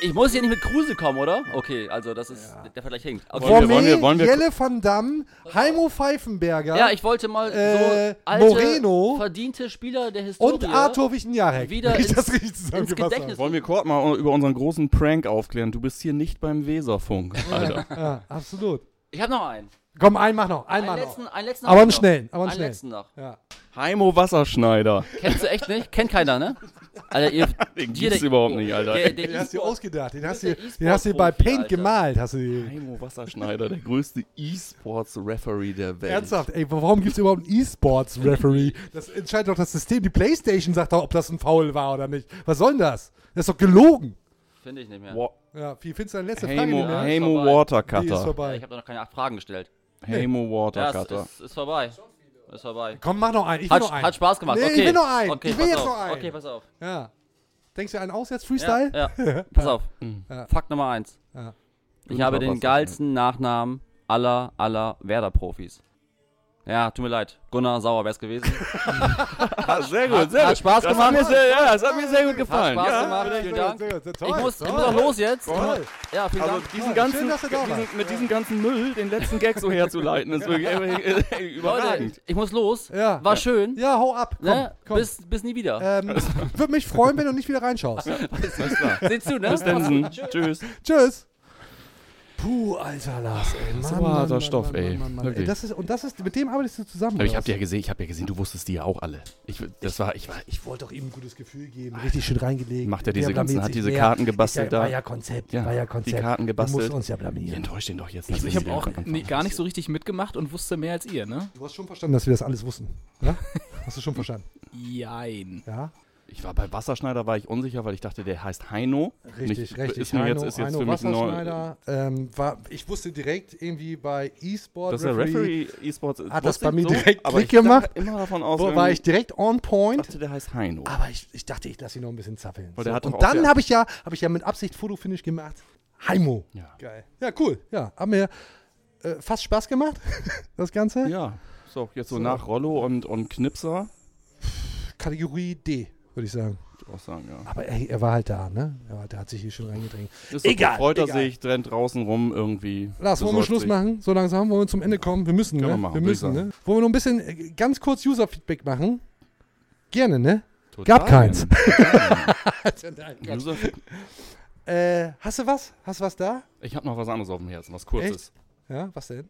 Speaker 10: ich muss hier nicht mit Kruse kommen, oder? Okay, also das ist. Der Vergleich hängt. Okay.
Speaker 4: Wollen
Speaker 1: Vormee,
Speaker 4: wir- wollen wir- wollen wir-
Speaker 1: Jelle van Damme, Heimo Pfeifenberger
Speaker 10: ja, ich wollte mal
Speaker 1: Äh,
Speaker 10: so alte,
Speaker 1: Moreno
Speaker 10: verdiente Spieler der
Speaker 1: und
Speaker 10: Historie.
Speaker 1: Arthur Wichniarek.
Speaker 10: Wieder
Speaker 1: Wenn ich
Speaker 10: ins-
Speaker 1: das richtig zusammengefasst
Speaker 10: Gedächtnis.
Speaker 4: Wollen wir Kurt mal über unseren großen Prank aufklären? Du bist hier nicht beim Weserfunk, Alter.
Speaker 1: habe. Ja, absolut.
Speaker 10: Ich habe noch einen.
Speaker 1: Komm, einen mach noch, einen,
Speaker 10: Einen
Speaker 1: mach
Speaker 10: letzten,
Speaker 1: noch.
Speaker 10: einen letzten
Speaker 1: Aber
Speaker 10: hab
Speaker 1: einen
Speaker 10: ich noch.
Speaker 1: schnellen, aber einen
Speaker 10: einen
Speaker 1: schnellen.
Speaker 10: letzten noch.
Speaker 1: Ja.
Speaker 4: Heimo Wasserschneider.
Speaker 10: Kennst du echt nicht? Kennt keiner, ne? Alter, ihr.
Speaker 4: Den
Speaker 10: dir
Speaker 4: gibt's
Speaker 10: der-
Speaker 4: überhaupt nicht, Alter.
Speaker 10: Der, der
Speaker 1: Den hast du
Speaker 10: E-Sport-
Speaker 1: ausgedacht, den hast
Speaker 10: der
Speaker 1: du, den hast du bei
Speaker 10: E-Sport-Profi,
Speaker 1: Paint
Speaker 10: Alter.
Speaker 1: gemalt, hast du den.
Speaker 4: Heimo Wasserschneider, der größte E-Sports-Referee der Welt.
Speaker 1: Ernsthaft, ey, warum gibt es überhaupt einen E-Sports-Referee? Das entscheidet doch das System. Die Playstation sagt doch, ob das ein Foul war oder nicht. Was soll denn das? Das ist doch gelogen.
Speaker 10: Finde ich nicht mehr.
Speaker 4: Wa-
Speaker 1: Ja, viel findest du deine letzte Frage
Speaker 4: Heimo,
Speaker 1: nicht mehr?
Speaker 4: Heimo
Speaker 10: vorbei.
Speaker 1: Die ist
Speaker 4: Watercutter.
Speaker 10: Ja,
Speaker 1: vorbei.
Speaker 10: ich habe noch keine acht Fragen gestellt.
Speaker 4: Heimo
Speaker 10: Ja,
Speaker 4: Watercutter.
Speaker 10: ist, ist, ist vorbei. Ist vorbei.
Speaker 1: Komm, mach noch einen. Ich will
Speaker 10: Hat,
Speaker 1: noch einen.
Speaker 10: hat Spaß gemacht.
Speaker 1: Nee,
Speaker 10: okay.
Speaker 1: ich will noch einen.
Speaker 10: Okay,
Speaker 1: ich will
Speaker 10: pass
Speaker 1: jetzt
Speaker 10: auf.
Speaker 1: noch einen.
Speaker 10: Okay, pass auf.
Speaker 1: ja. Denkst du einen aus jetzt,
Speaker 10: Ja,
Speaker 1: Freestyle?
Speaker 10: ja. Pass auf. Hm. Fakt Nummer eins.
Speaker 1: Ja.
Speaker 10: Ich habe den
Speaker 4: Wasser.
Speaker 10: geilsten Nachnamen aller, aller Werder-Profis. Ja, tut mir leid. Gunnar Sauer wär's gewesen.
Speaker 4: Ah, sehr gut, sehr
Speaker 10: hat Spaß
Speaker 4: das
Speaker 10: gemacht.
Speaker 4: Hat mir sehr, ja, das hat mir sehr gut
Speaker 10: Hat
Speaker 4: gefallen.
Speaker 10: Spaß
Speaker 4: ja.
Speaker 10: gemacht. Vielen
Speaker 1: Sehr gut,
Speaker 10: Dank.
Speaker 1: sehr gut, sehr
Speaker 10: Ich
Speaker 1: toll,
Speaker 10: muss, ich
Speaker 1: toll.
Speaker 10: muss auch los jetzt.
Speaker 1: Toll.
Speaker 10: Ja, vielen
Speaker 4: Also
Speaker 10: Dank.
Speaker 4: diesen
Speaker 1: schön,
Speaker 4: ganzen,
Speaker 1: dass du da
Speaker 4: diesen,
Speaker 1: warst.
Speaker 4: mit diesem ganzen Müll den letzten Gag so herzuleiten, ist wirklich äh, äh, überragend.
Speaker 10: Leute, ich muss los.
Speaker 1: Ja.
Speaker 10: War schön.
Speaker 1: Ja, hau ab. Komm,
Speaker 10: ne?
Speaker 1: komm.
Speaker 10: Bis, bis nie wieder.
Speaker 1: ähm, Würde mich freuen, wenn du nicht wieder reinschaust. Äh,
Speaker 10: Seht zu, ne?
Speaker 4: Densen, Mhm. tschüss.
Speaker 1: Tschüss. Puh, alter Lars, ey. Mann,
Speaker 4: So harter Stoff, ey. Wirklich.
Speaker 1: Das ist, und das ist, mit dem arbeitest du zusammen.
Speaker 4: Aber ich
Speaker 1: oder
Speaker 4: hab
Speaker 1: was?
Speaker 4: dir ja gesehen, ich hab ja gesehen, du wusstest die ja auch alle. Ich, das war, ich war, ich,
Speaker 1: Ich wollte doch ihm ein gutes Gefühl geben, richtig schön reingelegt.
Speaker 4: Macht er
Speaker 1: Der
Speaker 4: diese ganzen-
Speaker 1: blamiert
Speaker 4: hat
Speaker 1: sich
Speaker 4: diese
Speaker 1: mehr.
Speaker 4: Karten
Speaker 1: Ist
Speaker 4: gebastelt
Speaker 1: ja,
Speaker 4: da?
Speaker 1: War ja Konzept,
Speaker 4: Ja,
Speaker 1: war ja
Speaker 4: die
Speaker 1: Konzept.
Speaker 4: Karten gebastelt.
Speaker 1: Du musst uns ja
Speaker 4: ihr
Speaker 1: blamieren.
Speaker 4: enttäuscht den doch jetzt.
Speaker 3: Ich,
Speaker 4: nicht.
Speaker 3: ich habe auch nie, gar nicht so richtig mitgemacht und wusste mehr als ihr, ne?
Speaker 1: Du hast schon verstanden, dass wir das alles wussten. Ja? Hast du schon verstanden?
Speaker 3: Jein.
Speaker 1: Ja?
Speaker 4: Ich war bei Wasserschneider, war ich unsicher, weil ich dachte, der heißt Heino.
Speaker 1: Richtig,
Speaker 4: Mich-
Speaker 1: richtig.
Speaker 4: Ist mir jetzt, ist jetzt für mich neu.
Speaker 1: Wasserschneider. Ähm, war, ich wusste direkt irgendwie bei E-Sport
Speaker 4: Dass der Referee E-Sports
Speaker 1: Hat das
Speaker 4: wusste
Speaker 1: bei mir
Speaker 4: ich
Speaker 1: direkt
Speaker 4: aber ich
Speaker 1: Klick gemacht.
Speaker 4: dachte immer davon
Speaker 1: wo-
Speaker 4: aus,
Speaker 1: war
Speaker 4: irgendwie-
Speaker 1: ich Ah. direkt on point.
Speaker 4: dachte, der heißt Heino.
Speaker 1: Aber ich, ich dachte, ich lasse ihn noch ein bisschen zappeln.
Speaker 4: Weil der hat doch
Speaker 1: und
Speaker 4: auch
Speaker 1: dann
Speaker 4: der-
Speaker 1: habe ich, ja, hab ich ja mit Absicht Fotofinish gemacht. Heimo.
Speaker 4: Ja.
Speaker 1: Geil. Ja, cool. Ja, haben wir Äh, fast Spaß gemacht, das Ganze.
Speaker 4: Ja, so, jetzt so, nach Rollo und, und Knipser.
Speaker 1: Kategorie D, würde ich sagen.
Speaker 4: Würde ich auch sagen, ja.
Speaker 1: Aber ey, er war halt da, ne? Er war, der hat sich hier schon reingedrängt.
Speaker 4: Ist doch Freut er sich, rennt draußen rum irgendwie.
Speaker 1: Lars, wollen wir
Speaker 4: besäuft
Speaker 1: Schluss
Speaker 4: sich.
Speaker 1: machen? So langsam wollen wir zum Ende kommen. Wir müssen, ne?
Speaker 4: Können wir machen,
Speaker 1: wir
Speaker 4: würde ich
Speaker 1: müssen,
Speaker 4: sagen.
Speaker 1: ne? Wollen wir noch ein bisschen äh, ganz kurz User-Feedback machen? Gerne, ne?
Speaker 4: Total
Speaker 1: Gab keins.
Speaker 4: gerne.
Speaker 1: Nein, Gott.
Speaker 4: User-
Speaker 1: äh, hast du was? Hast du was da?
Speaker 4: Ich habe noch was anderes auf dem Herzen, was kurzes.
Speaker 1: Ja, was denn?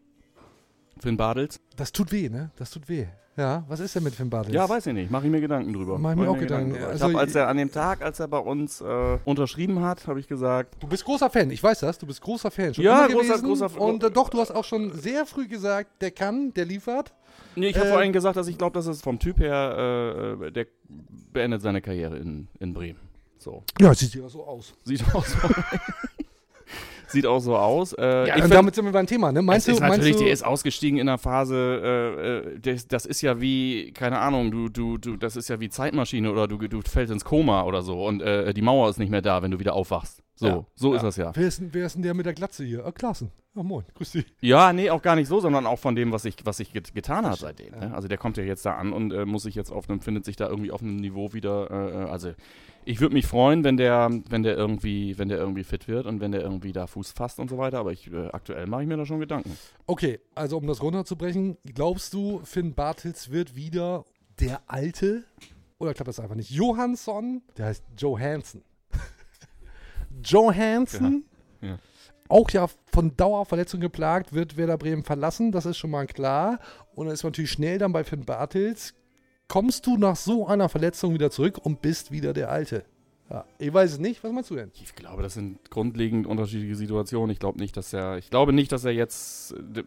Speaker 4: Finn Badels?
Speaker 1: Das tut weh, ne? Das tut weh. Ja, was ist denn mit Finn Bartels?
Speaker 4: Ja, weiß ich nicht. Mache ich mir Gedanken drüber.
Speaker 1: Mach ich mir auch Gedanken.
Speaker 4: drüber.
Speaker 1: Also,
Speaker 4: ich hab, als
Speaker 1: ich-
Speaker 4: er an dem Tag, als er bei uns äh, unterschrieben hat, habe ich gesagt,
Speaker 1: Du bist großer Fan, ich weiß das. Du bist großer Fan. Schon
Speaker 4: Ja,
Speaker 1: immer
Speaker 4: großer-
Speaker 1: gewesen.
Speaker 4: großer-
Speaker 1: Und äh, doch, du hast auch schon sehr früh gesagt, der kann, der liefert.
Speaker 4: Nee, ich habe
Speaker 1: Äh,
Speaker 4: vor allem gesagt, dass ich glaube, dass es vom Typ her, äh, der beendet seine Karriere in, in Bremen. So.
Speaker 1: Ja, sieht ja so aus.
Speaker 4: Sieht auch so, sieht auch so aus. Äh,
Speaker 1: Ja,
Speaker 4: ich
Speaker 1: und
Speaker 4: find-
Speaker 1: damit sind wir beim Thema, ne? Meinst
Speaker 4: es
Speaker 1: du,
Speaker 4: ist
Speaker 1: meinst
Speaker 4: natürlich,
Speaker 1: du,
Speaker 4: der ist ausgestiegen in einer Phase, äh, äh, das, das ist ja wie, keine Ahnung, du, du, du, das ist ja wie Zeitmaschine oder du, du fällst ins Koma oder so und äh, die Mauer ist nicht mehr da, wenn du wieder aufwachst. So,
Speaker 1: Ja.
Speaker 4: so ist das ja.
Speaker 1: wer, ist denn, wer ist denn der mit der Glatze hier? Ah, Klaassen. Ah, moin, grüß dich.
Speaker 4: Ja, nee, auch gar nicht so, sondern auch von dem, was ich, was ich get getan habe seitdem. Ne? Also der kommt ja jetzt da an und äh, muss sich jetzt auf einem, findet sich da irgendwie auf einem Niveau wieder. Äh, äh, also ich würde mich freuen, wenn der, wenn der irgendwie, wenn der irgendwie fit wird und wenn der irgendwie da Fuß fasst und so weiter. Aber ich, äh, aktuell mache ich mir da schon Gedanken.
Speaker 1: Okay, also um das runterzubrechen, glaubst du, Finn Bartels wird wieder der Alte? Oder klappt das einfach nicht? Johansson, der heißt Johansson. Johansson,
Speaker 4: Ja.
Speaker 1: auch ja von Dauerverletzung geplagt, wird Werder Bremen verlassen, das ist schon mal klar. Und dann ist man natürlich schnell dann bei Finn Bartels. Kommst du nach so einer Verletzung wieder zurück und bist wieder der Alte? Ja, ich weiß es nicht, was meinst du denn?
Speaker 4: Ich glaube, das sind grundlegend unterschiedliche Situationen. Ich glaube nicht, dass er, ich glaube nicht, dass er jetzt, äh, d-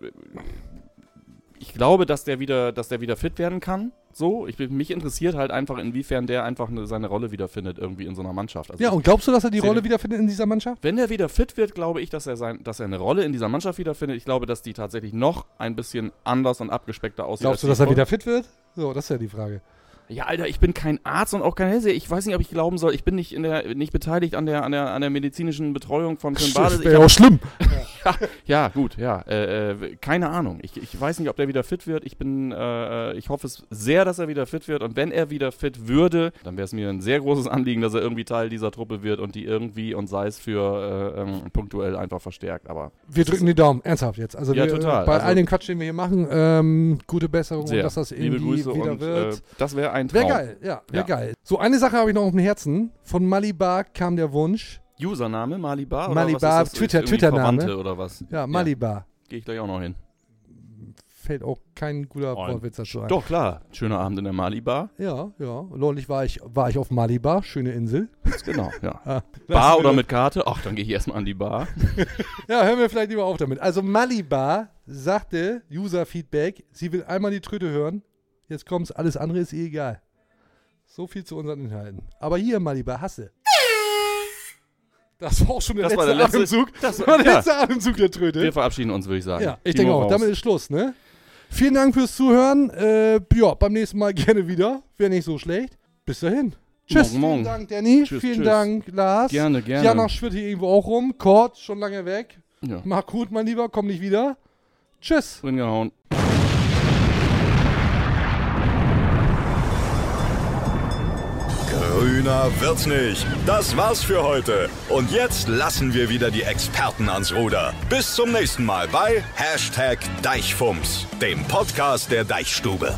Speaker 4: ich glaube, dass der wieder, dass der wieder fit werden kann. So, ich bin, mich interessiert halt einfach, inwiefern der einfach eine, seine Rolle wiederfindet irgendwie in so einer Mannschaft. Also
Speaker 1: Ja, und glaubst du, dass er die
Speaker 4: Sehe-
Speaker 1: Rolle wiederfindet in dieser Mannschaft?
Speaker 4: Wenn er wieder fit wird, glaube ich, dass er, sein, dass er eine Rolle in dieser Mannschaft wiederfindet. Ich glaube, dass die tatsächlich noch ein bisschen anders und abgespeckter aussieht. als
Speaker 1: Glaubst du,
Speaker 4: die
Speaker 1: dass er
Speaker 4: vor-
Speaker 1: wieder fit wird? So, das ist ja die Frage.
Speaker 4: Ja, Alter, ich bin kein Arzt und auch kein Hellseher. Ich weiß nicht, ob ich glauben soll. Ich bin nicht, in der, nicht beteiligt an der, an, der, an der medizinischen Betreuung von Finn Bartels. Ich
Speaker 1: wäre ja
Speaker 4: hab-
Speaker 1: auch schlimm.
Speaker 4: Ja, gut, ja. Äh, äh, keine Ahnung. Ich, ich weiß nicht, ob der wieder fit wird. Ich bin, äh, ich hoffe es sehr, dass er wieder fit wird. Und wenn er wieder fit würde, dann wäre es mir ein sehr großes Anliegen, dass er irgendwie Teil dieser Truppe wird und die irgendwie und sei es für äh, ähm, punktuell einfach verstärkt. Aber
Speaker 1: Wir drücken die Daumen, ernsthaft jetzt. Also
Speaker 4: Ja,
Speaker 1: wir,
Speaker 4: total.
Speaker 1: bei all
Speaker 4: Also-
Speaker 1: dem Quatsch, den wir hier machen, ähm, gute Besserung,
Speaker 4: sehr.
Speaker 1: und dass das
Speaker 4: liebe
Speaker 1: irgendwie
Speaker 4: Grüße
Speaker 1: wieder
Speaker 4: und
Speaker 1: wird.
Speaker 4: Äh, das wäre ein
Speaker 1: wäre
Speaker 4: Traum.
Speaker 1: geil, ja, wäre
Speaker 4: Ja.
Speaker 1: geil. So, eine Sache habe ich noch auf dem Herzen. Von Malibar kam der Wunsch.
Speaker 4: Username Malibar oder
Speaker 1: Malibar,
Speaker 4: was ist das?
Speaker 1: Twitter-
Speaker 4: Irgendwie
Speaker 1: Twitter-Name.
Speaker 4: Verwandte oder was?
Speaker 1: Ja, Malibar.
Speaker 4: Gehe ich gleich auch noch hin.
Speaker 1: Fällt auch kein guter
Speaker 4: Und-
Speaker 1: Wortwitz dazu ein.
Speaker 4: Doch klar, schöner Abend in der Malibar.
Speaker 1: Ja, ja. Neulich war ich, war ich auf Malibar, schöne Insel.
Speaker 4: Genau, ja.
Speaker 1: Ah.
Speaker 4: Bar oder mit Karte? Ach, dann gehe ich erstmal an die Bar.
Speaker 1: Ja, hören wir vielleicht lieber auf damit. Also Malibar sagte, User-Feedback, sie will einmal die Tröte hören. Jetzt kommt's, alles andere ist ihr egal. So viel zu unseren Inhalten. Aber hier, Malibar, hasse. Das war auch schon der,
Speaker 4: Das
Speaker 1: letzte,
Speaker 4: war der letzte-
Speaker 1: Atemzug.
Speaker 4: das
Speaker 1: war,
Speaker 4: war-
Speaker 1: der
Speaker 4: ja.
Speaker 1: letzte Atemzug der Tröte.
Speaker 4: Wir verabschieden uns, würde ich sagen.
Speaker 1: Ja, ich
Speaker 4: Timo
Speaker 1: denke auch,
Speaker 4: raus.
Speaker 1: damit ist Schluss, ne? Vielen Dank fürs Zuhören. Äh, ja, beim nächsten Mal gerne wieder. Wäre nicht so schlecht. Bis dahin. Tschüss. Vielen
Speaker 4: Morgen, morgen.
Speaker 1: Dank, Danny.
Speaker 4: Tschüss,
Speaker 1: Vielen
Speaker 4: tschüss.
Speaker 1: Dank, Lars.
Speaker 4: Gerne, gerne.
Speaker 1: Jana schwirrt hier irgendwo auch rum. Kort, schon lange weg.
Speaker 4: Ja.
Speaker 1: Mach gut, mein Lieber. Komm nicht wieder. Tschüss.
Speaker 4: drin gehauen.
Speaker 2: Grüner wird's nicht. Das war's für heute. Und jetzt lassen wir wieder die Experten ans Ruder. Bis zum nächsten Mal bei Hashtag Deichfumms, dem Podcast der Deichstube.